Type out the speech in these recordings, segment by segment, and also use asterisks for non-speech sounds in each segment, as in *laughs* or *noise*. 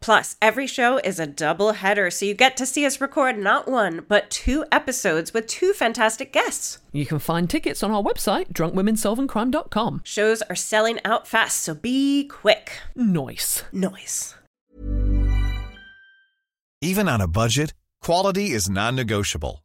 Plus, every show is a double header, so you get to see us record not one, but two episodes with two fantastic guests. You can find tickets on our website, drunkwomensolvingcrime.com. Shows are selling out fast, so be quick. Nice. Noise. Even on a budget, quality is non-negotiable.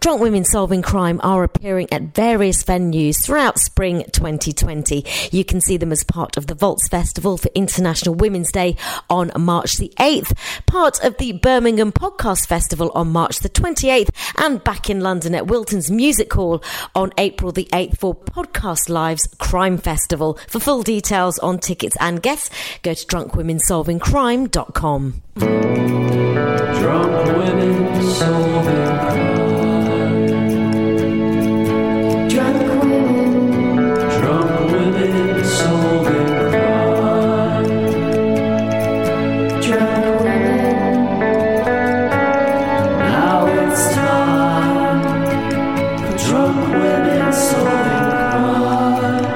Drunk Women Solving Crime are appearing at various venues throughout spring 2020. You can see them as part of the Vaults Festival for International Women's Day on March the 8th, part of the Birmingham Podcast Festival on March the 28th, and back in London at Wilton's Music Hall on April the 8th for Podcast Live's Crime Festival. For full details on tickets and guests, go to drunkwomensolvingcrime.com. Drunk women solving crime. Drunk women. Drunk women solving crime. Drunk women. Now it's time for drunk women solving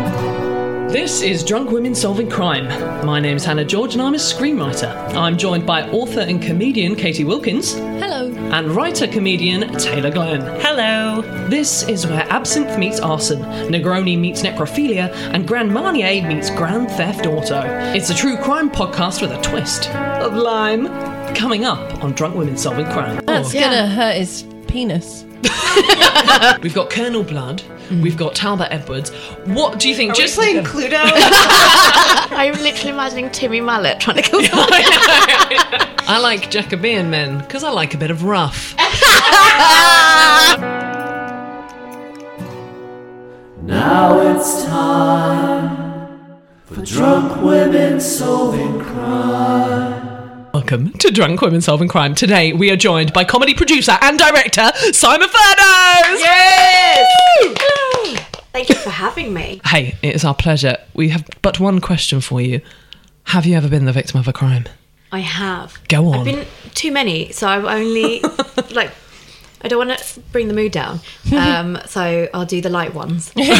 crime. This is Drunk Women Solving Crime. My name's Hannah George and I'm a screenwriter. I'm joined by author and comedian Katie Wilkins. Hello. And writer comedian Taylor Glenn. Hello. This is where absinthe meets arson, Negroni meets necrophilia, and Grand Marnier meets Grand Theft Auto. It's a true crime podcast with a twist of lime. Coming up on Drunk Women Solving Crime. That's gonna hurt his penis. We've got Colonel Blood. We've got Talbot Edwards. What do you think? Just playing Cluedo. I'm literally imagining Timmy Mallet trying *laughs* to kill someone. I like Jacobean men because I like a bit of rough. Now it's time for drunk women solving crime. Welcome to Drunk Women Solving Crime. Today we are joined by comedy producer and director Simon Furnos. Yes! Thank you for having me. Hey, it is our pleasure. We have but one question for you. Have you ever been the victim of a crime? I have. Go on. I've been too many, so I've *laughs* only like. I don't want to bring the mood *laughs* down, um, so I'll do the light ones. we get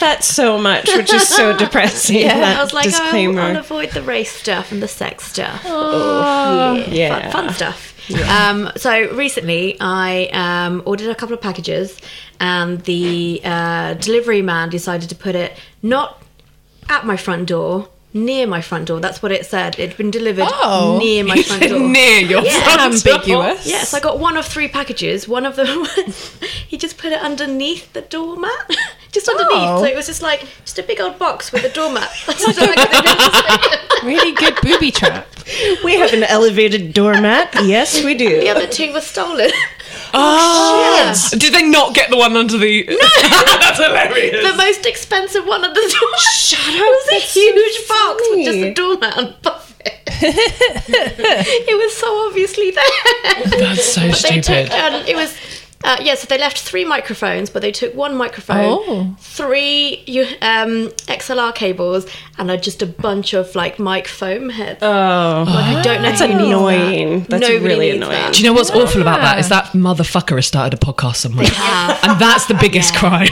that so much, which is *laughs* so depressing. *laughs* that I was like, oh, I'll, disclaimer. I'll avoid the race stuff and the sex stuff. yeah. Oh, fun, fun stuff. Um, so recently, I um, ordered a couple of packages, and the uh, delivery man decided to put it not at my front door, near my front door. That's what it said. It'd been delivered Oh. near *laughs* my front door. Near your Yeah. front door. Ambiguous. Yes, I got one of three packages. One of them, *laughs* was, he just put it underneath the doormat, *laughs* just underneath. Oh. So it was just like just a big old box with a doormat. *laughs* That's all I *laughs* could think of. Really good booby trap. We have an elevated doormat. Yes, we do. *laughs* the other two were *laughs* stolen. Oh, Yes. Did they not get the one under the? No. *laughs* That's hilarious. the most expensive one under the *laughs* door. Shut up! It was a huge box with just a doormat and buffet. it *laughs* was so obviously there. That's so They stupid. took, um, it was Uh, yeah, so they left three microphones, but they took one microphone, Oh. three you, um, XLR cables, and uh, just a bunch of like mic foam heads. Oh, like, I don't know. that's who needs that. annoying. That's Nobody really needs annoying. that. Do you know what's awful about that is that motherfucker has started a podcast somewhere, have. and that's the biggest *laughs* crime.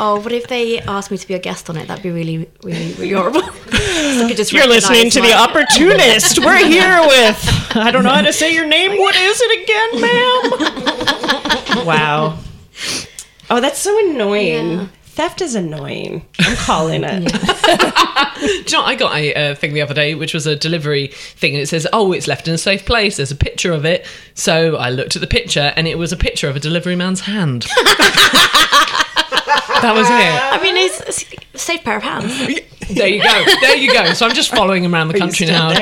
Oh, what if they asked me to be a guest on it? That'd be really, really, really horrible. *laughs* So I could just You're listening recognise to The my- Opportunist. *laughs* We're here with, I don't know how to say your name. What is it again, ma'am? *laughs* wow. Oh, that's so annoying. Yeah. Theft is annoying. I'm calling it. Do you know, what? I got a uh, thing the other day, which was a delivery thing, and it says, "Oh, it's left in a safe place." There's a picture of it, so I looked at the picture, and it was a picture of a delivery man's hand. *laughs* that was it. I mean, it's, it's a safe pair of hands. There you go. There you go. So I'm just following him around the country now, *laughs*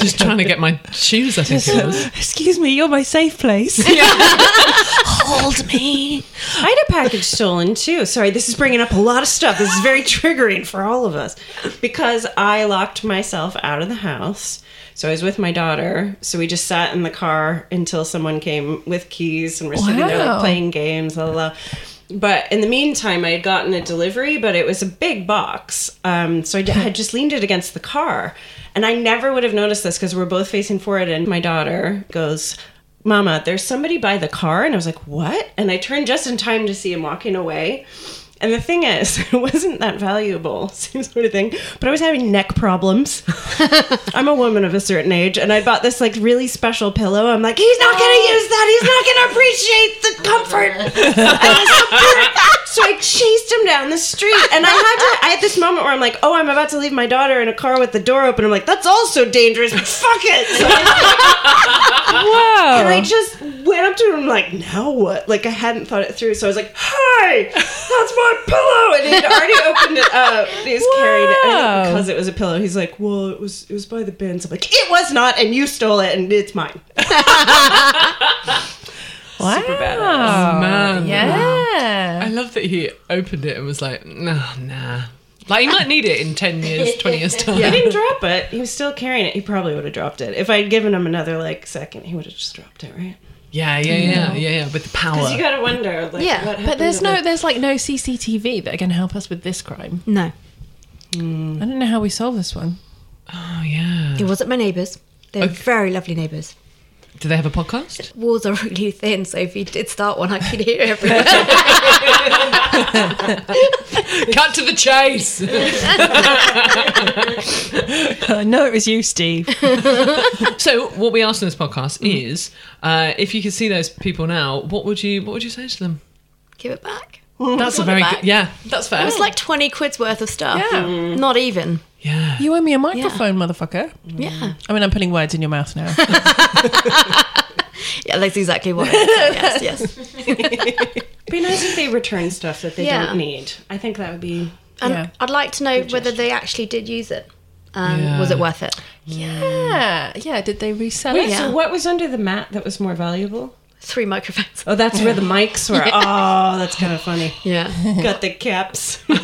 just trying to get my shoes. I think it was. Excuse me, you're my safe *laughs* place. Hold me. I had a package stolen too. Sorry, this is bringing up a lot of stuff. This is very triggering for all of us because I locked myself out of the house. So I was with my daughter. So we just sat in the car until someone came with keys and we're sitting there like Wow. playing games, la la. la. But in the meantime, I had gotten a delivery, but it was a big box. Um, so I d- had just leaned it against the car. And I never would have noticed this because we're both facing forward. And my daughter goes, Mama, there's somebody by the car. And I was like, What? And I turned just in time to see him walking away. And the thing is, *laughs* it wasn't that valuable, *laughs* same sort of thing. But I was having neck problems. *laughs* I'm a woman of a certain age, and I bought this like really special pillow. I'm like, he's not gonna use that. He's not gonna appreciate the comfort. *laughs* and the support." so I chased him down the street, and I had to. I had this moment where I'm like, oh, I'm about to leave my daughter in a car with the door open. I'm like, that's also dangerous. *laughs* but Fuck it. So I- Whoa. and I just went up to him like, now what? Like I hadn't thought it through, so I was like, "Hi, that's my pillow!" And he'd already opened it up. And he was carrying it and Wow. because it was a pillow. He's like, "Well, it was it was by the bins." I'm like, "It was not, and you stole it, and it's mine." wow. Super Oh, man. I Yeah. love that he opened it and was like, "Nah, nah." Like he might need it in ten years, twenty years time. He didn't drop it. He was still carrying it. He probably would have dropped it if I'd given him another like second. He would have just dropped it, right? Yeah, yeah, yeah, yeah, yeah. With the power. Because you gotta wonder, like, Yeah, what But happened there's to no, the- there's like no CCTV that can help us with this crime. No, I don't know how we solve this one. oh yeah. it wasn't my neighbours. They were very lovely neighbours. Do they have a *laughs* podcast? *laughs* Walls are really thin, so if you did start one, I could *laughs* hear everything. Cut to the chase. I know it was you, Steve. So what we asked in this podcast is, uh, if you could see those people now, what would you what would you say to them? Give it back. That's a very back. good. Yeah, that's fair. It was like twenty quid's worth of stuff. Hmm. Hmm. Yeah. Mm. Not even. yeah. *laughs* You owe me a microphone, motherfucker. Yeah. I mean, I'm putting words in your mouth *laughs* now. Yeah, that's exactly *laughs* what. It is. Yes, yes. It'd be nice if they return stuff that they Yeah. don't need. I think that would be. And Yeah. I'd like to know whether they actually did use it. Um, Yeah. Was it worth it? yeah. Yeah. Did they resell Wait, it? so Oh, Yeah. what was under the mat that was more valuable? Three *laughs* microphones. Oh, that's where *laughs* the mics were. Oh, that's kind of funny. *laughs* Yeah. Got the *laughs* caps. yeah,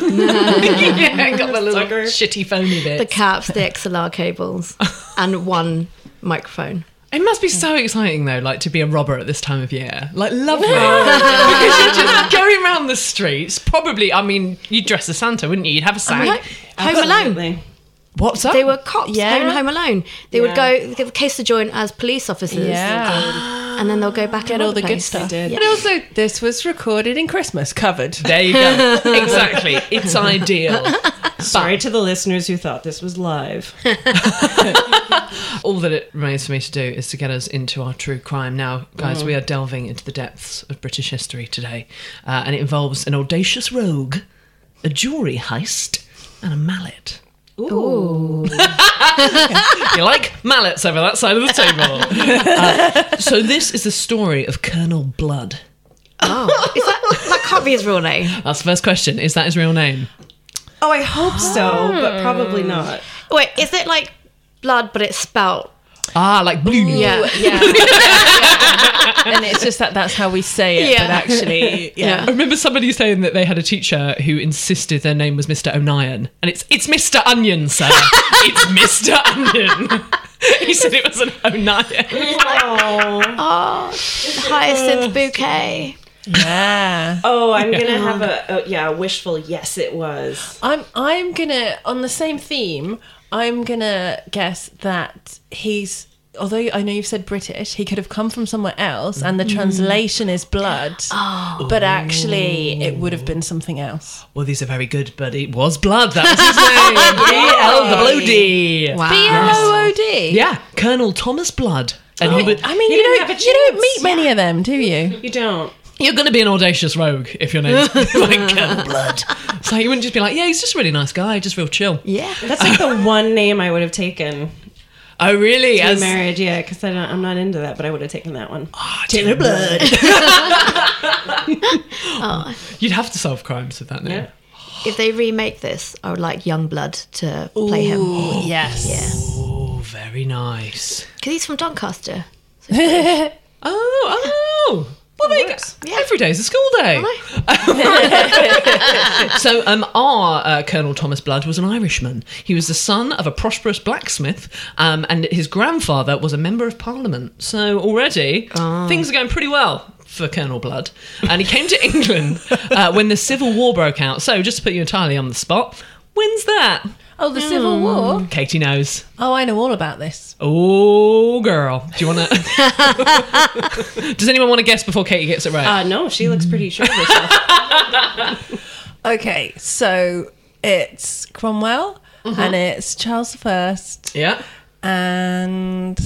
got the little Sucker. shitty phony bit. the caps, the XLR *laughs* cables, and one microphone. It must be so exciting though, like to be a robber at this time of year. *laughs* Like lovely. because you're just going around the streets, probably I mean, you'd dress as Santa, wouldn't you? You'd have a sack. Right? Home Alone. Absolutely. What's up? They were cops. Yeah. They were in Home Alone. They Yeah. would go give a case to join as police officers. Yeah. And then they'll go back Get and *laughs* all the good place. stuff. did. And also, this was recorded in Christmas, covered. there you go. Exactly. It's ideal. Sorry to the listeners who thought this was live. All that it remains for me to do is to get us into our true crime. Now, guys, we are delving into the depths of British history today, uh, and it involves an audacious rogue, a jewellery heist, and a mallet. Ooh. *laughs* you like mallets over that side of the table. Uh, so, this is the story of Colonel Blood. Oh, is that, that can't be his real name. *laughs* That's the first question. Is that his real name? Oh, I hope so, but Hmm. probably not. Wait, is it like blood, but it's spout? Ah, like blue. Yeah, yeah, and it's just that that's how we say it, Yeah. but actually, *laughs* yeah. I remember somebody saying that they had a teacher who insisted their *laughs* name was Mr. O'Nion, *laughs* and it's it's Mr. Onion, sir. it's Mr. Onion. he said it was an 09. Oh, hyacinth bouquet. Yeah. Oh, I'm gonna have a, a yeah a wishful. Yes, it was. I'm I'm gonna on the same theme. I'm gonna guess that he's. Although I know you've said British, he could have come from somewhere else, and the translation is blood. Mm. Oh. But actually, it would have been something else. Well, these are very good, but it was blood. That *laughs* E was his name. B L Wow. B L O O D. Yeah, Colonel Thomas Blood. And he would, I mean, He you, didn't don't have a you don't chance. meet many of them, do you? You don't. you're going to be an audacious rogue if your *laughs* name's like Colonel Blood. So you wouldn't just be like, yeah, he's just a really nice guy, just real chill. Yeah. That's like the one name I would have taken. Oh, really? As... As, Marriage, yeah, because I'm not into that, but I would have taken that one. Ah, Taylor Blood. *laughs* Oh. You'd have to solve crimes with that name. Yeah. If they remake this, I would like Youngblood to play him. yes. Oh, very nice. Because he's from Doncaster. Oh, oh. Well, there you go. Every day's a school day. so, um, our uh, Colonel Thomas Blood was an Irishman. He was the son of a prosperous blacksmith, um, and his grandfather was a member of Parliament. So, already things are going pretty well for Colonel Blood. And he came to England uh, when the Civil War broke out. So, just to put you entirely on the spot, when's that? *laughs* Oh, the Civil War. Katie knows. Oh, I know all about this. Oh, girl. Do *laughs* you want to? Does anyone want to guess before Katie gets it right? Uh, no, she looks pretty sure of herself. Okay, so it's Cromwell and it's Charles the First yeah. and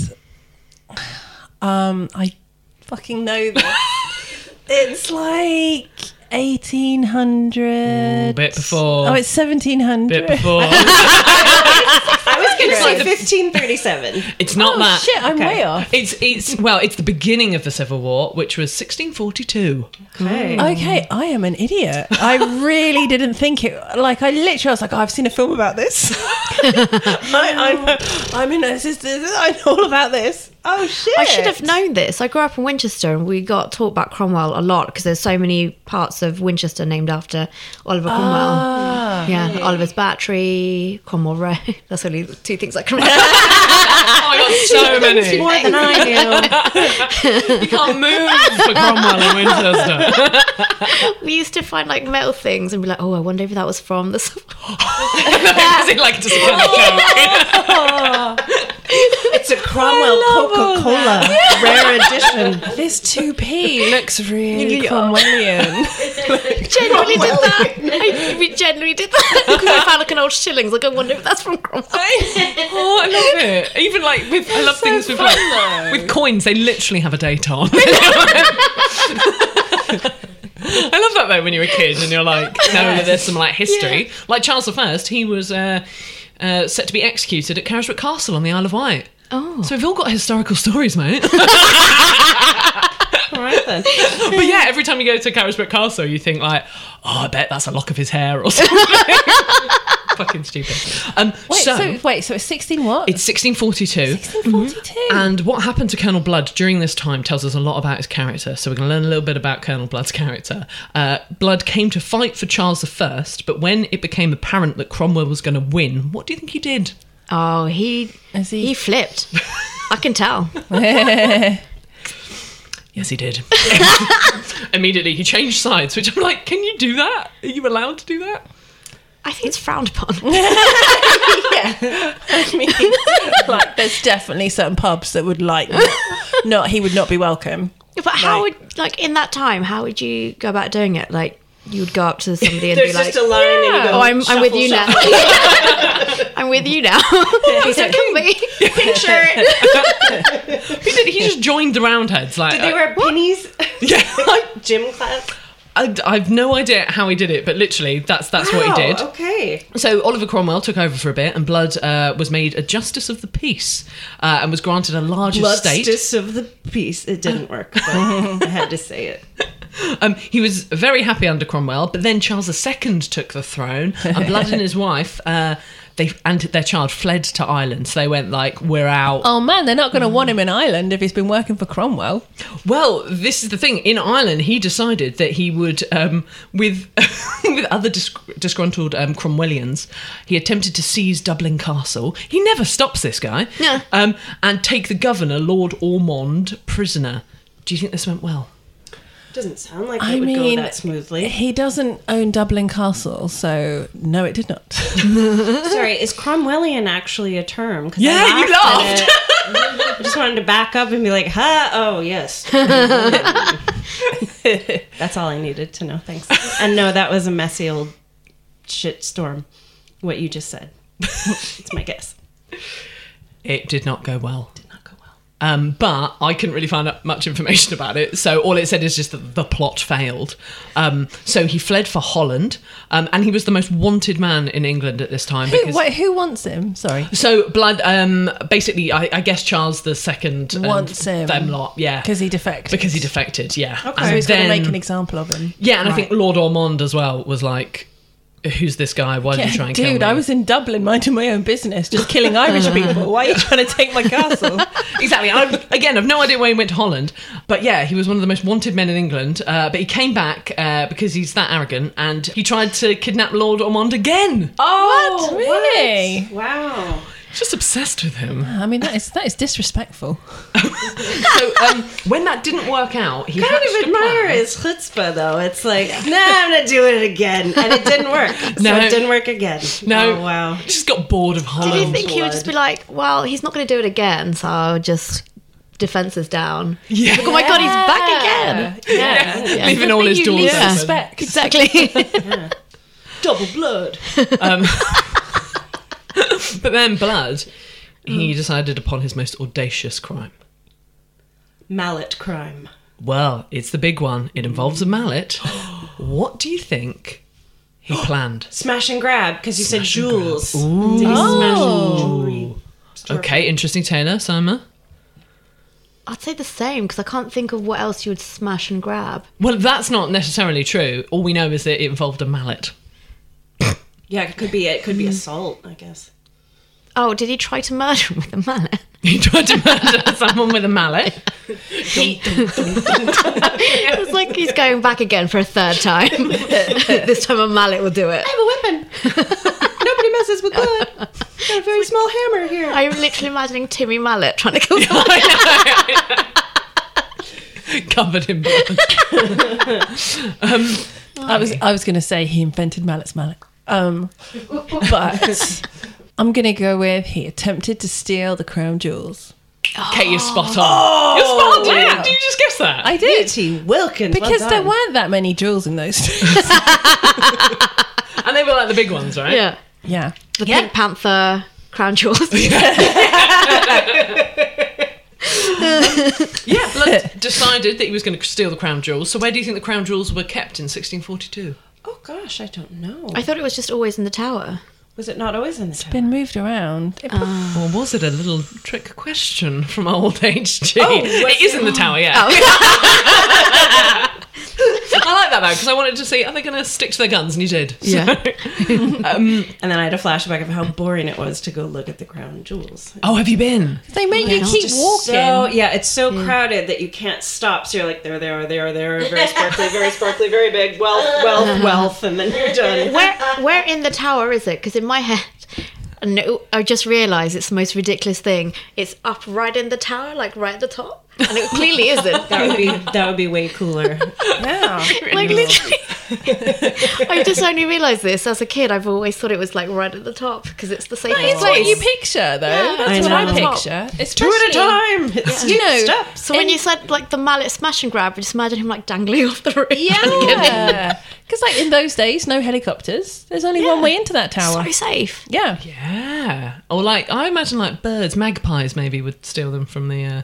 um I fucking know this. it's like 1800 bit before. Oh, it's 1700. bit *laughs* before. I was gonna say 1537. it's not Oh, that. shit, I'm way off. It's it's well, it's the beginning of the Civil War, which was 1642. Okay. Okay, I am an idiot. I really didn't think it. Like, I literally I was like, oh, I've seen a film about this. *laughs* I, I know. I'm in a sisters. I know all about this. Oh shit! I should have known this. I grew up in Winchester and we got taught about Cromwell a lot because there's so many parts of Winchester named after Oliver Cromwell. yeah, Oliver's Battery, Cromwell Road. *laughs* That's only two things I can remember. Oh, I got *laughs* *laughs* so many. More than I knew. You can't move for Cromwell and Winchester. *laughs* we used to find like metal things and be like, oh, I wonder if that was from the. *laughs* Is it *laughs* like just a kind of joke? It's a Cromwell Coca Cola rare *laughs* edition. This 2P looks really Cromwellian. generally *laughs* did that. I- we generally did that *laughs* because I found like an old shillings. Like, I wonder if that's from Cromwell. Oh, I love it. Even like with, I love things with like, with coins. They literally have a date on. I love that though. When you're a kid and you're like, no, there's some like history. Like Charles I, he was uh, uh, set to be executed at Carisbrooke Castle on the Isle of Wight. Oh. So we've all got historical stories, mate. All right then. but yeah, every time you go to Carisbrooke Castle, you think like, oh, I bet that's a lock of his hair or something. Fucking stupid. Um, Wait, so, so, wait, so it's Mm-hmm. 16 what? it's 1642. 1642. And what happened to Colonel Blood during this time tells us a lot about his character. So we're going to learn a little bit about Colonel Blood's character. Uh, Blood came to fight for Charles I, but when it became apparent that Cromwell was going to win, what do you think he did? Oh, he Is he- he flipped. I can tell. *laughs* Yes, he did. *laughs* Immediately, he changed sides, which I'm like, can you do that? Are you allowed to do that? I think it's frowned *laughs* upon. I mean, *laughs* like, there's definitely certain pubs that would like not. He would not be welcome. But how would like in that time? How would you go about doing it? Like you would go up to somebody and There's be like, just a line and you go. "Oh, I'm, I'm with you shuffle, shuffle. now. *laughs* I'm with you *laughs* now. He's like, "Come me." *laughs* He, did, he just joined the Roundheads. Like, uh, They wear pennies. *laughs* yeah, like *laughs* gym class. I, I've no idea how he did it, but literally, that's that's what he Oh, did. Okay. So Oliver Cromwell took over for a bit, and Blood uh, was made a Justice of the Peace uh, and was granted a large estate. Justice of the peace. It didn't work. *laughs* But I had to say it. Um, he was very happy under Cromwell, but then Charles II took the throne, and Blood and his *laughs* wife uh, they and their child fled to Ireland. So they went like, "We're out." Oh man, they're not going to want him in Ireland if he's been working for Cromwell. Well, this is the thing. In Ireland, he decided that he would, um, with *laughs* with other dis- disgruntled um, Cromwellians, he attempted to seize Dublin Castle. He never stops this guy. No. Um, and take the governor, Lord Ormond, prisoner. Do you think this went well? Doesn't sound like I it would mean, go that smoothly. He doesn't own Dublin Castle, so no, it did not. *laughs* Sorry, is Cromwellian actually a term? 'Cause I *laughs* Yeah, you laughed at it. I just wanted to back up and be like, huh? Oh, *laughs* yes. That's all I needed to know. Thanks. And no, that was a messy old shit storm, what you just said. it's my guess. It did not go well. Did not go well. Um, but I couldn't really find out much information about it. So all it said is just that the plot failed. Um, so he fled for Holland, um, and he was the most wanted man in England at this time. who, wait, who wants him? Sorry. So blood. Um, basically, I, I guess Charles the Second and Wants him. Them lot, yeah, Because he defected. because he defected. Yeah. Okay. so he's going to make an example of him. yeah, and I think Lord Ormond as well was like, "Who's this guy? Why did you try and kill me?" Dude, I was in Dublin minding my own business, just killing Irish people. Why are you trying to take my castle? *laughs* exactly. And I've, again, I've no idea why he went to Holland, but yeah, he was one of the most wanted men in England. Uh, but he came back uh, because he's that arrogant, and he tried to kidnap Lord Ormond again. Oh, what? really? Wow. Just obsessed with him. *laughs* I mean, that is that is disrespectful. so um, when that didn't work out, he kind hatched of a plan. admire his chutzpah, though. It's like, nah, I'm not doing it again. And it didn't *laughs* work. So No. it didn't work again. No, Oh, wow. He just got bored of Holland. Did he think he would just be like, well, he's not going to do it again, so I'll just defenses down. Yeah. Like, oh my god, he's back again. leaving all his doors Yeah. open. Respect. Exactly. Double blood. But then Blood, he decided upon his most audacious crime. Mallet crime. Well, it's the big one. It involves a *gasps* mallet. what do you think *gasps* he planned? Smash and grab, because you said jewels. Did he smash Oh. jewelry? Okay, interesting, Taylor, Sima. I'd say the same because I can't think of what else you would smash and grab. Well, that's not necessarily true. All we know is that it involved a mallet. *laughs* Yeah, it could be it could be assault, I guess. Oh, did he try to murder him with a mallet? He tried to *laughs* murder someone with a mallet. It's like he's going back again for a third time. *laughs* this time a mallet will do it. I have a weapon. *laughs* Nobody messes with *laughs* blood. Got a very small hammer here. I'm literally imagining Timmy Mallet trying to kill someone. Covered *laughs* in blood. *laughs* I was I was going to say he invented Mallet's Mallet, um, but I'm going to go with he attempted to steal the crown jewels. Kate, you're spot on. Oh, you're spot on. Did you- Did you just guess that? I did T. Wilkins. because well there done. weren't that many jewels in those. days. and they were like the big ones, right? yeah. yeah, The Pink Panther crown jewels. *laughs* Yeah, Blood decided that he was going to steal the crown jewels. So where do you think the crown jewels were kept in 1642? Oh gosh, I don't know. I thought it was just always in the tower. Was it not always in the town? been moved around. Or was it a little trick question from old HG? it is in the tower, yeah. *laughs* I like that though, because I wanted to see are they going to stick to their guns, and you did. So- *laughs* *laughs* Yeah. And then I had a flashback of how boring it was to go look at the crown jewels. oh, have you been? They make you keep walking. So yeah, it's so crowded that you can't stop. So you're like, there, there, there, there, very sparkly, very sparkly, very big, *laughs* wealth, wealth, wealth, and then you're done. Where where in the tower is it? Because in my head, and it- I just realised it's the most ridiculous thing. It's up right in the tower, like right at the top, and it clearly isn't. That would be that would be way cooler. Yeah. *laughs* like literally, I just only realised this as a kid. I've always thought it was like right at the top because it's the safest It's what place. you picture, though. That's I what I know. picture. Two at a Especially- time. It's You know, steps. so when you said like the mallet smash and grab, I just imagine him like dangling *laughs* off the roof. Yeah, Yeah, *laughs* because like in those days, no helicopters. There's only one way into that tower. so safe. yeah. Yeah. Or like I imagine like birds, magpies maybe would steal them from the uh,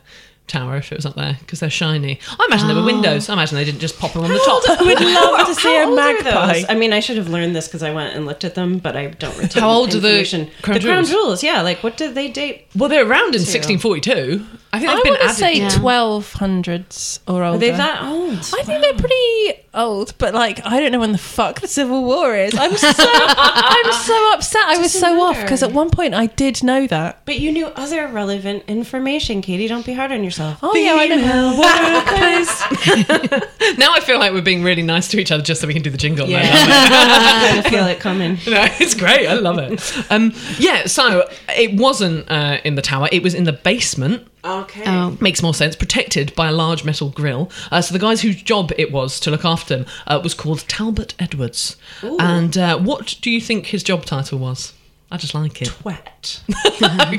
tower if it was up there because they're shiny. I imagine there were windows. I imagine they didn't just pop them on the top. I would love to see How a old are magpie. those? I mean, I should have learned this because I went and looked at them, but I don't retain How old are the information. crown the crown jewels? jewels? Yeah, like what did they date? Well, they're around in 1642. I think I they've been want to added. say Yeah. 1200s or older. Are they that old? I think they're pretty old, but like I don't know when the fuck the Civil War is. I'm so I'm so upset. I was Doesn't so off matter. because at one point I did know that. But you knew other relevant information, Katie. Don't be hard on yourself. Oh yeah, I know. *laughs* now I feel like we're being really nice to each other just so we can do the jingle. *laughs* Yeah. I feel it coming. *laughs* No, it's great. I love it. Um, yeah, so it wasn't uh, in the tower. It was in the basement. Okay. Makes more sense. Protected by a large metal grill. Uh, so the guys whose job it was to look after him uh, was called Talbot Edwards. And uh, what do you think his job title was? I just like it. *laughs* Wet.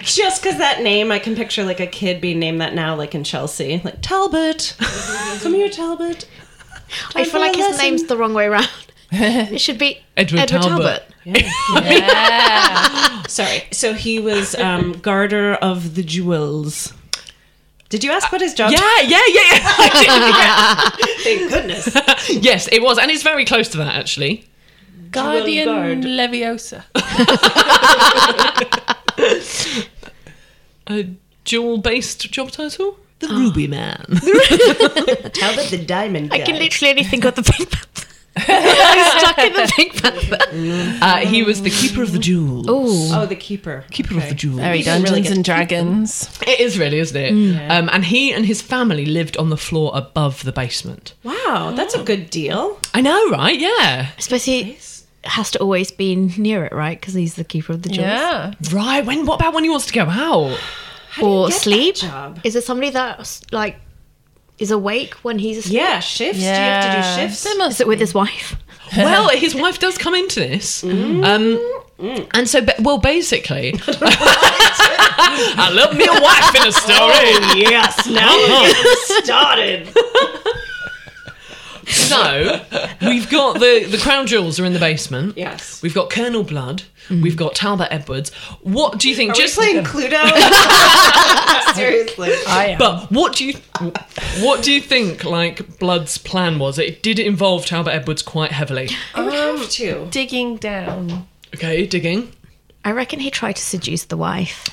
Just because that name, I can picture like a kid being named that now, like in Chelsea, like Talbot. *laughs* Come here, Talbot. I feel like his Lesson. name's the wrong way *laughs* around. It should be Edward Edward, Talbot. Talbot. Sorry. So he was um, garter of the jewels. Did you ask what his job? Yeah, yeah, yeah, *laughs* Thank goodness. yeah. *laughs* yes, it was. And it's very close to that, actually. *laughs* Guardian Guard. Leviosa. A dual based job title? The Ruby *laughs* Man. Talbot the diamond. I can literally only think *laughs* of the Pink Panther. I'm stuck in the Pink *laughs* Panther. Uh, he was the keeper of the jewels. Oh, Oh, the keeper. keeper of the jewels. Very Dungeons and Dragons. It is really, isn't it? Mm. Um, and he and his family lived on the floor above the basement. Wow, that's a good deal. I know, right? Yeah. I suppose he has to always be near it, right? Because he's the keeper of the jewels. Yeah. Right. When? What about when he wants to go *laughs* out? Or get that sleep. job? Is it somebody that like is awake when he's asleep? Yeah, shifts. Do you have to do shifts? There must Is it with his wife? well, his wife does come into this, Mm. um, and so ba- well, *laughs* basically, *laughs* I love me a wife in a story. Oh, Uh-huh. Yes, now we're getting started. *laughs* So we've got the the crown jewels are in the basement. Yes. We've got Colonel Blood. We've got Talbot Edwards. What do you think? Just playing Cluedo. Seriously. But what do you what do you think like Blood's plan was? It did involve Talbot Edwards quite heavily. I would have to. digging down. Okay, digging. I reckon he tried to seduce the wife.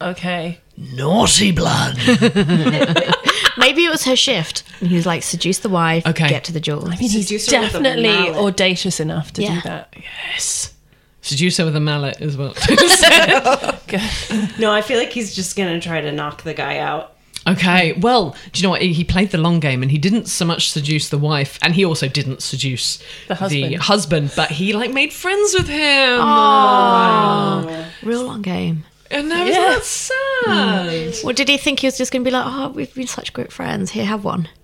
Okay. Naughty Blood. Maybe it was her shift. And he was like, seduce the wife, Okay. get to the jewels. I mean, he's Seducer with a definitely mallet. audacious enough to do Yeah. that. Yes. Seducer with a mallet as well. *laughs* No, I feel like he's just gonna try to knock the guy out. okay, well, do you know what? He played the long game and he didn't so much seduce the wife, and he also didn't seduce the husband. husband, but he like made friends with him. Real long game. And now isn't that sad? Well, did he think he was just going to be like, oh, we've been such great friends. Here, have one. *laughs*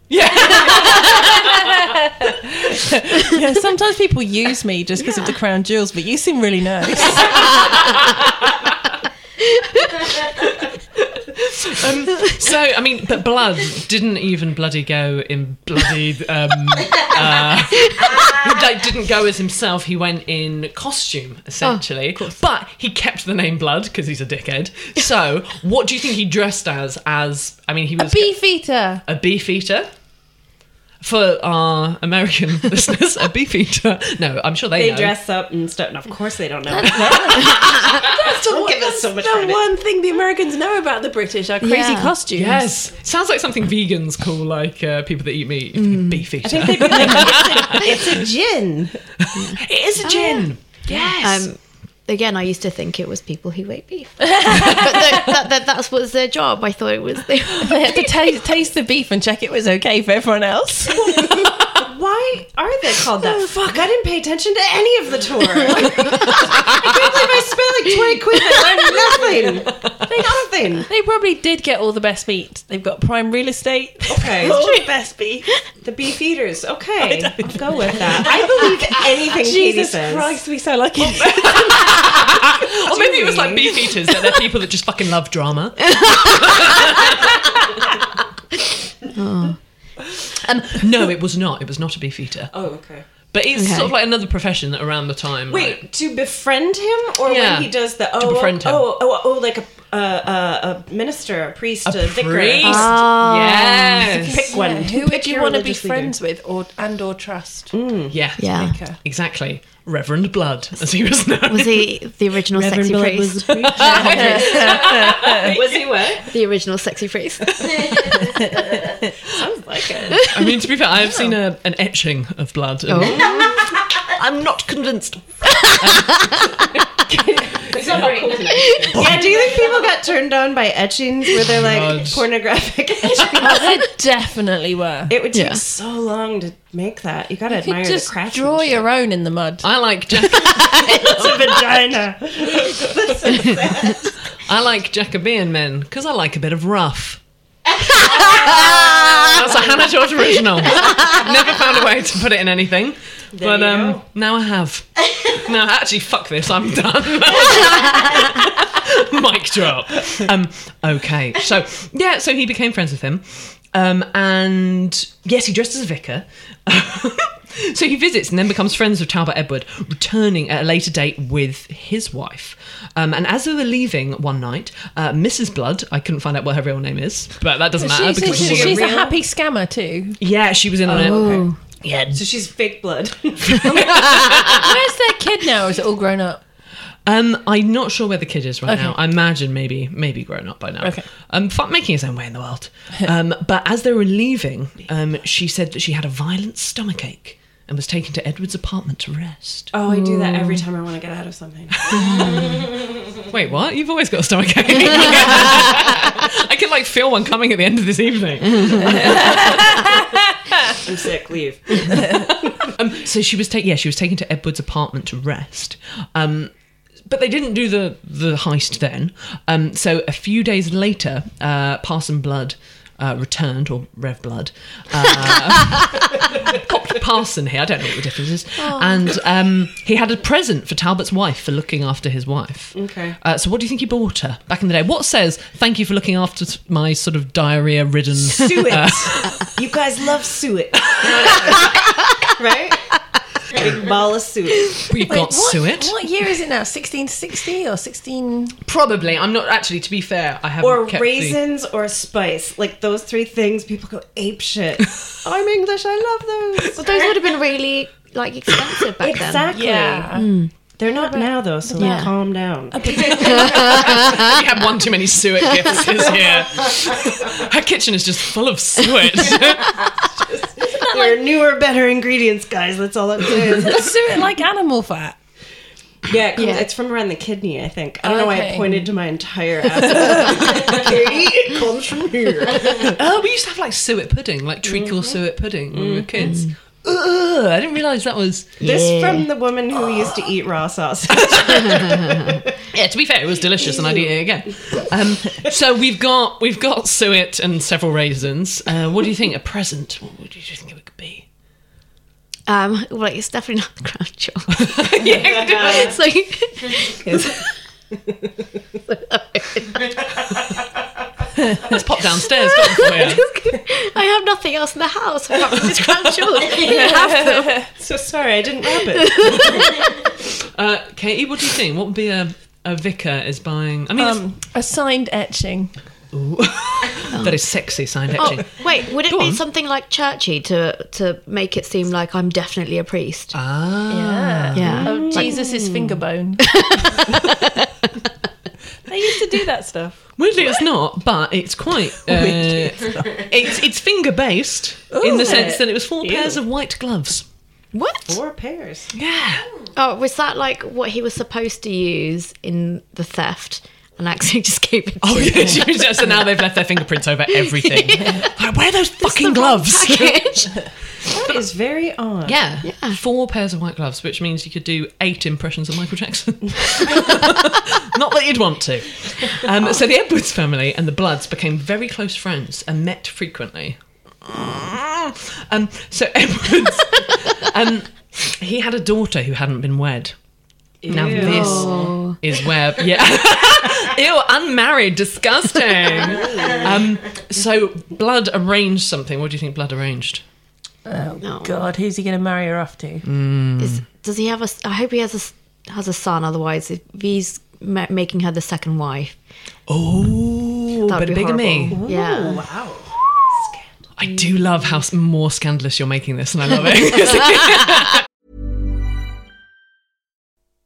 Yeah, sometimes people use me just because of the crown jewels, but you seem *laughs* really nice. So I mean, but blood didn't even bloody go in bloody. Um, uh, *laughs* like, didn't go as himself. He went in costume essentially, but he kept the name Blood because he's a dickhead. So what do you think he dressed as? As I mean, he was *laughs* Beefeater. a beef eater. For our American listeners, a beef eater. No, I'm sure they, They know. dress up and stuff. And of course they don't know. That's don't give us Oh, so much credit. thing the Americans know about the British are crazy Yeah. costumes. *laughs* Yes, sounds like something vegans call like uh, people that eat meat. Beef eater. It's a gin. it is a gin. Yes. Um, again, I used to think it was people who ate beef. *laughs* but that, that, that, that's what's their job. I thought it was. They, They *laughs* had to ta taste the beef and check it was okay for everyone *laughs* else. Why are they called that? Oh. Fuck, I didn't pay attention to any of the tour. *laughs* I can't believe I spent like 20 quid and learned nothing. *laughs* they probably did get all the best meat. They've got prime real estate. Okay. *laughs* all the best beef. The beef eaters. *laughs* Okay. I'll go with that. I believe anything Katie Jesus says. Christ, we so lucky. Or maybe it was like beef eaters, that they're people that just fucking love *laughs* drama. um, Oh. no, it was not. It was not a beef eater. Oh, okay. But it's sort of like another profession that around the time. Wait, right? to befriend him or Yeah, when he does the oh befriend him. oh, oh oh like a a, a, a minister, a priest, a, vicar. Oh. yes. Pick one. *laughs* Who would you want to be religious leader. friends with or and or trust? Yeah. Yeah. Okay. Exactly. Reverend Blood, as he was known. Was he the original sexy Blood priest? *laughs* *laughs* was was he where? The original sexy priest. *laughs* I mean, to be fair, I Oh. have seen a, an etching of blood. and- *laughs* I'm not convinced. Yeah, *laughs* do you think people got turned on by etchings where they're like God. *laughs* pornographic etchings? I definitely were. It would take Yeah. so long to make that. You gotta You admire could just the craftsmanship. draw your own in the mud. I like Jack- It's a vagina. I like Jacobean men because I like a bit of rough. That's a Hannah George original. Never found a way to put it in anything, but you um, go. now I have. Now actually, fuck this. I'm *laughs* done. Mic drop. Um, okay, so yeah, so he became friends with him, um, and yes, he dressed as a vicar. *laughs* so he visits and then becomes friends with Talbot Edward, returning at a later date with his wife. Um, and as they were leaving one night, uh, Mrs. Blood, I couldn't find out what her real name is, but that doesn't matter She's, because she's, she's a she's woman. a happy scammer too. *laughs* Yeah, she was in on it. Yeah, So she's fake blood. Where's their kid now? Is it all grown up? Um, I'm not sure where the kid is right now. I imagine maybe maybe grown up by now. Okay. Um, fuck making his own way in the world. *laughs* Um, but as they were leaving, um, she said that she had a violent stomachache and was taken to Edward's apartment to rest. Oh, I do that every time I want to get out of something. *laughs* Wait, what? You've always got a stomachache. *laughs* I can like feel one coming at the end of this evening. I'm sick. Leave. *laughs* Um, so she was taken. Yeah, she was taken to Edward's apartment to rest. Um, but they didn't do the the heist then. Um, so a few days later, uh, Parson Blood uh, returned, or Rev Blood, uh, *laughs* copped Parson here. I don't know what the difference is. And um, he had a present for Talbot's wife for looking after his wife. Okay. Uh, so what do you think he bought her back in the day? What says thank you for looking after s- my sort of diarrhea *laughs* ridden? Suet. you guys love *laughs* suet. right? Big ball of suet. We've got suet. What year is it now? 1660 or 16? Probably. I'm not actually. To be fair, I haven't. Or kept the- raisins or spice. Like those three things, people go ape *laughs* shit. oh, I'm English. I love those. But those would have been really like expensive back then. Exactly. They're not now though, so like, calm down. *laughs* We had one too many *laughs* suet gifts this year. Her kitchen is just full of *laughs* suet. Uh, There are newer, better ingredients, guys. That's all I'm saying. *laughs* Suet like animal fat. Yeah, it comes- it's from around the kidney, I think. I don't know why I Okay. pointed to my entire ass. it comes from here. oh, we used to have like suet pudding, like treacle Mm-hmm. suet pudding when we were kids. Ugh, I didn't realise that was. This from the woman who used *gasps* to eat raw sausage. Yeah, to be fair, it was delicious, and I'd eat it again. Um, so we've got we've got suet and several raisins. Uh, what do you think? A present? What would you think it could be? Um, well, it's definitely not the crown *laughs* jewel. Yeah, *laughs* *laughs* It's like let's pop downstairs. go on for it. *laughs* I have nothing else in the house apart from this crown *laughs* jewel. You have them. so sorry, I didn't wrap it. *laughs* Uh, Katie, what do you think? What would be a a vicar is buying? I mean, it's- Um, a signed etching. Um, *laughs* that is sexy signed etching. Oh, wait, would it Go be on. something like churchy to to make it seem like I'm definitely a priest? Ah. Yeah. Mm. yeah. Of Jesus' finger *laughs* bone. they used to do that stuff. Weirdly, it's not, but it's *laughs* quite. Uh, it's, it's finger based in the sense that it was four pairs of white gloves. What? Four pairs. Yeah. Oh, was that like what he was supposed to use in the theft and actually *laughs* just gave it to Oh *laughs* yeah. so now they've left their fingerprints *laughs* over everything. Like, where are those fucking gloves? *laughs* That is very odd. Yeah. Four pairs of white gloves, which means you could do eight impressions of Michael Jackson. *laughs* Not that you'd want to. Um, so the Edwards family and the Bloods became very close friends and met frequently. Um, so *laughs* Edwards, um, he had a daughter who hadn't been wed. Now Oh. this is where, yeah, *laughs* ew, unmarried, disgusting. *laughs* Um, so Blood arranged something. What do you think Blood arranged? Oh, God, who's he going to marry her off to? Hmm. Does he have a? s- I hope he has a s- has a son. Otherwise, if he's ma- making her the second wife. Oh, That but would be bigamy. horrible. Yeah. Wow. I do love how s- more scandalous you're making this, and I love it.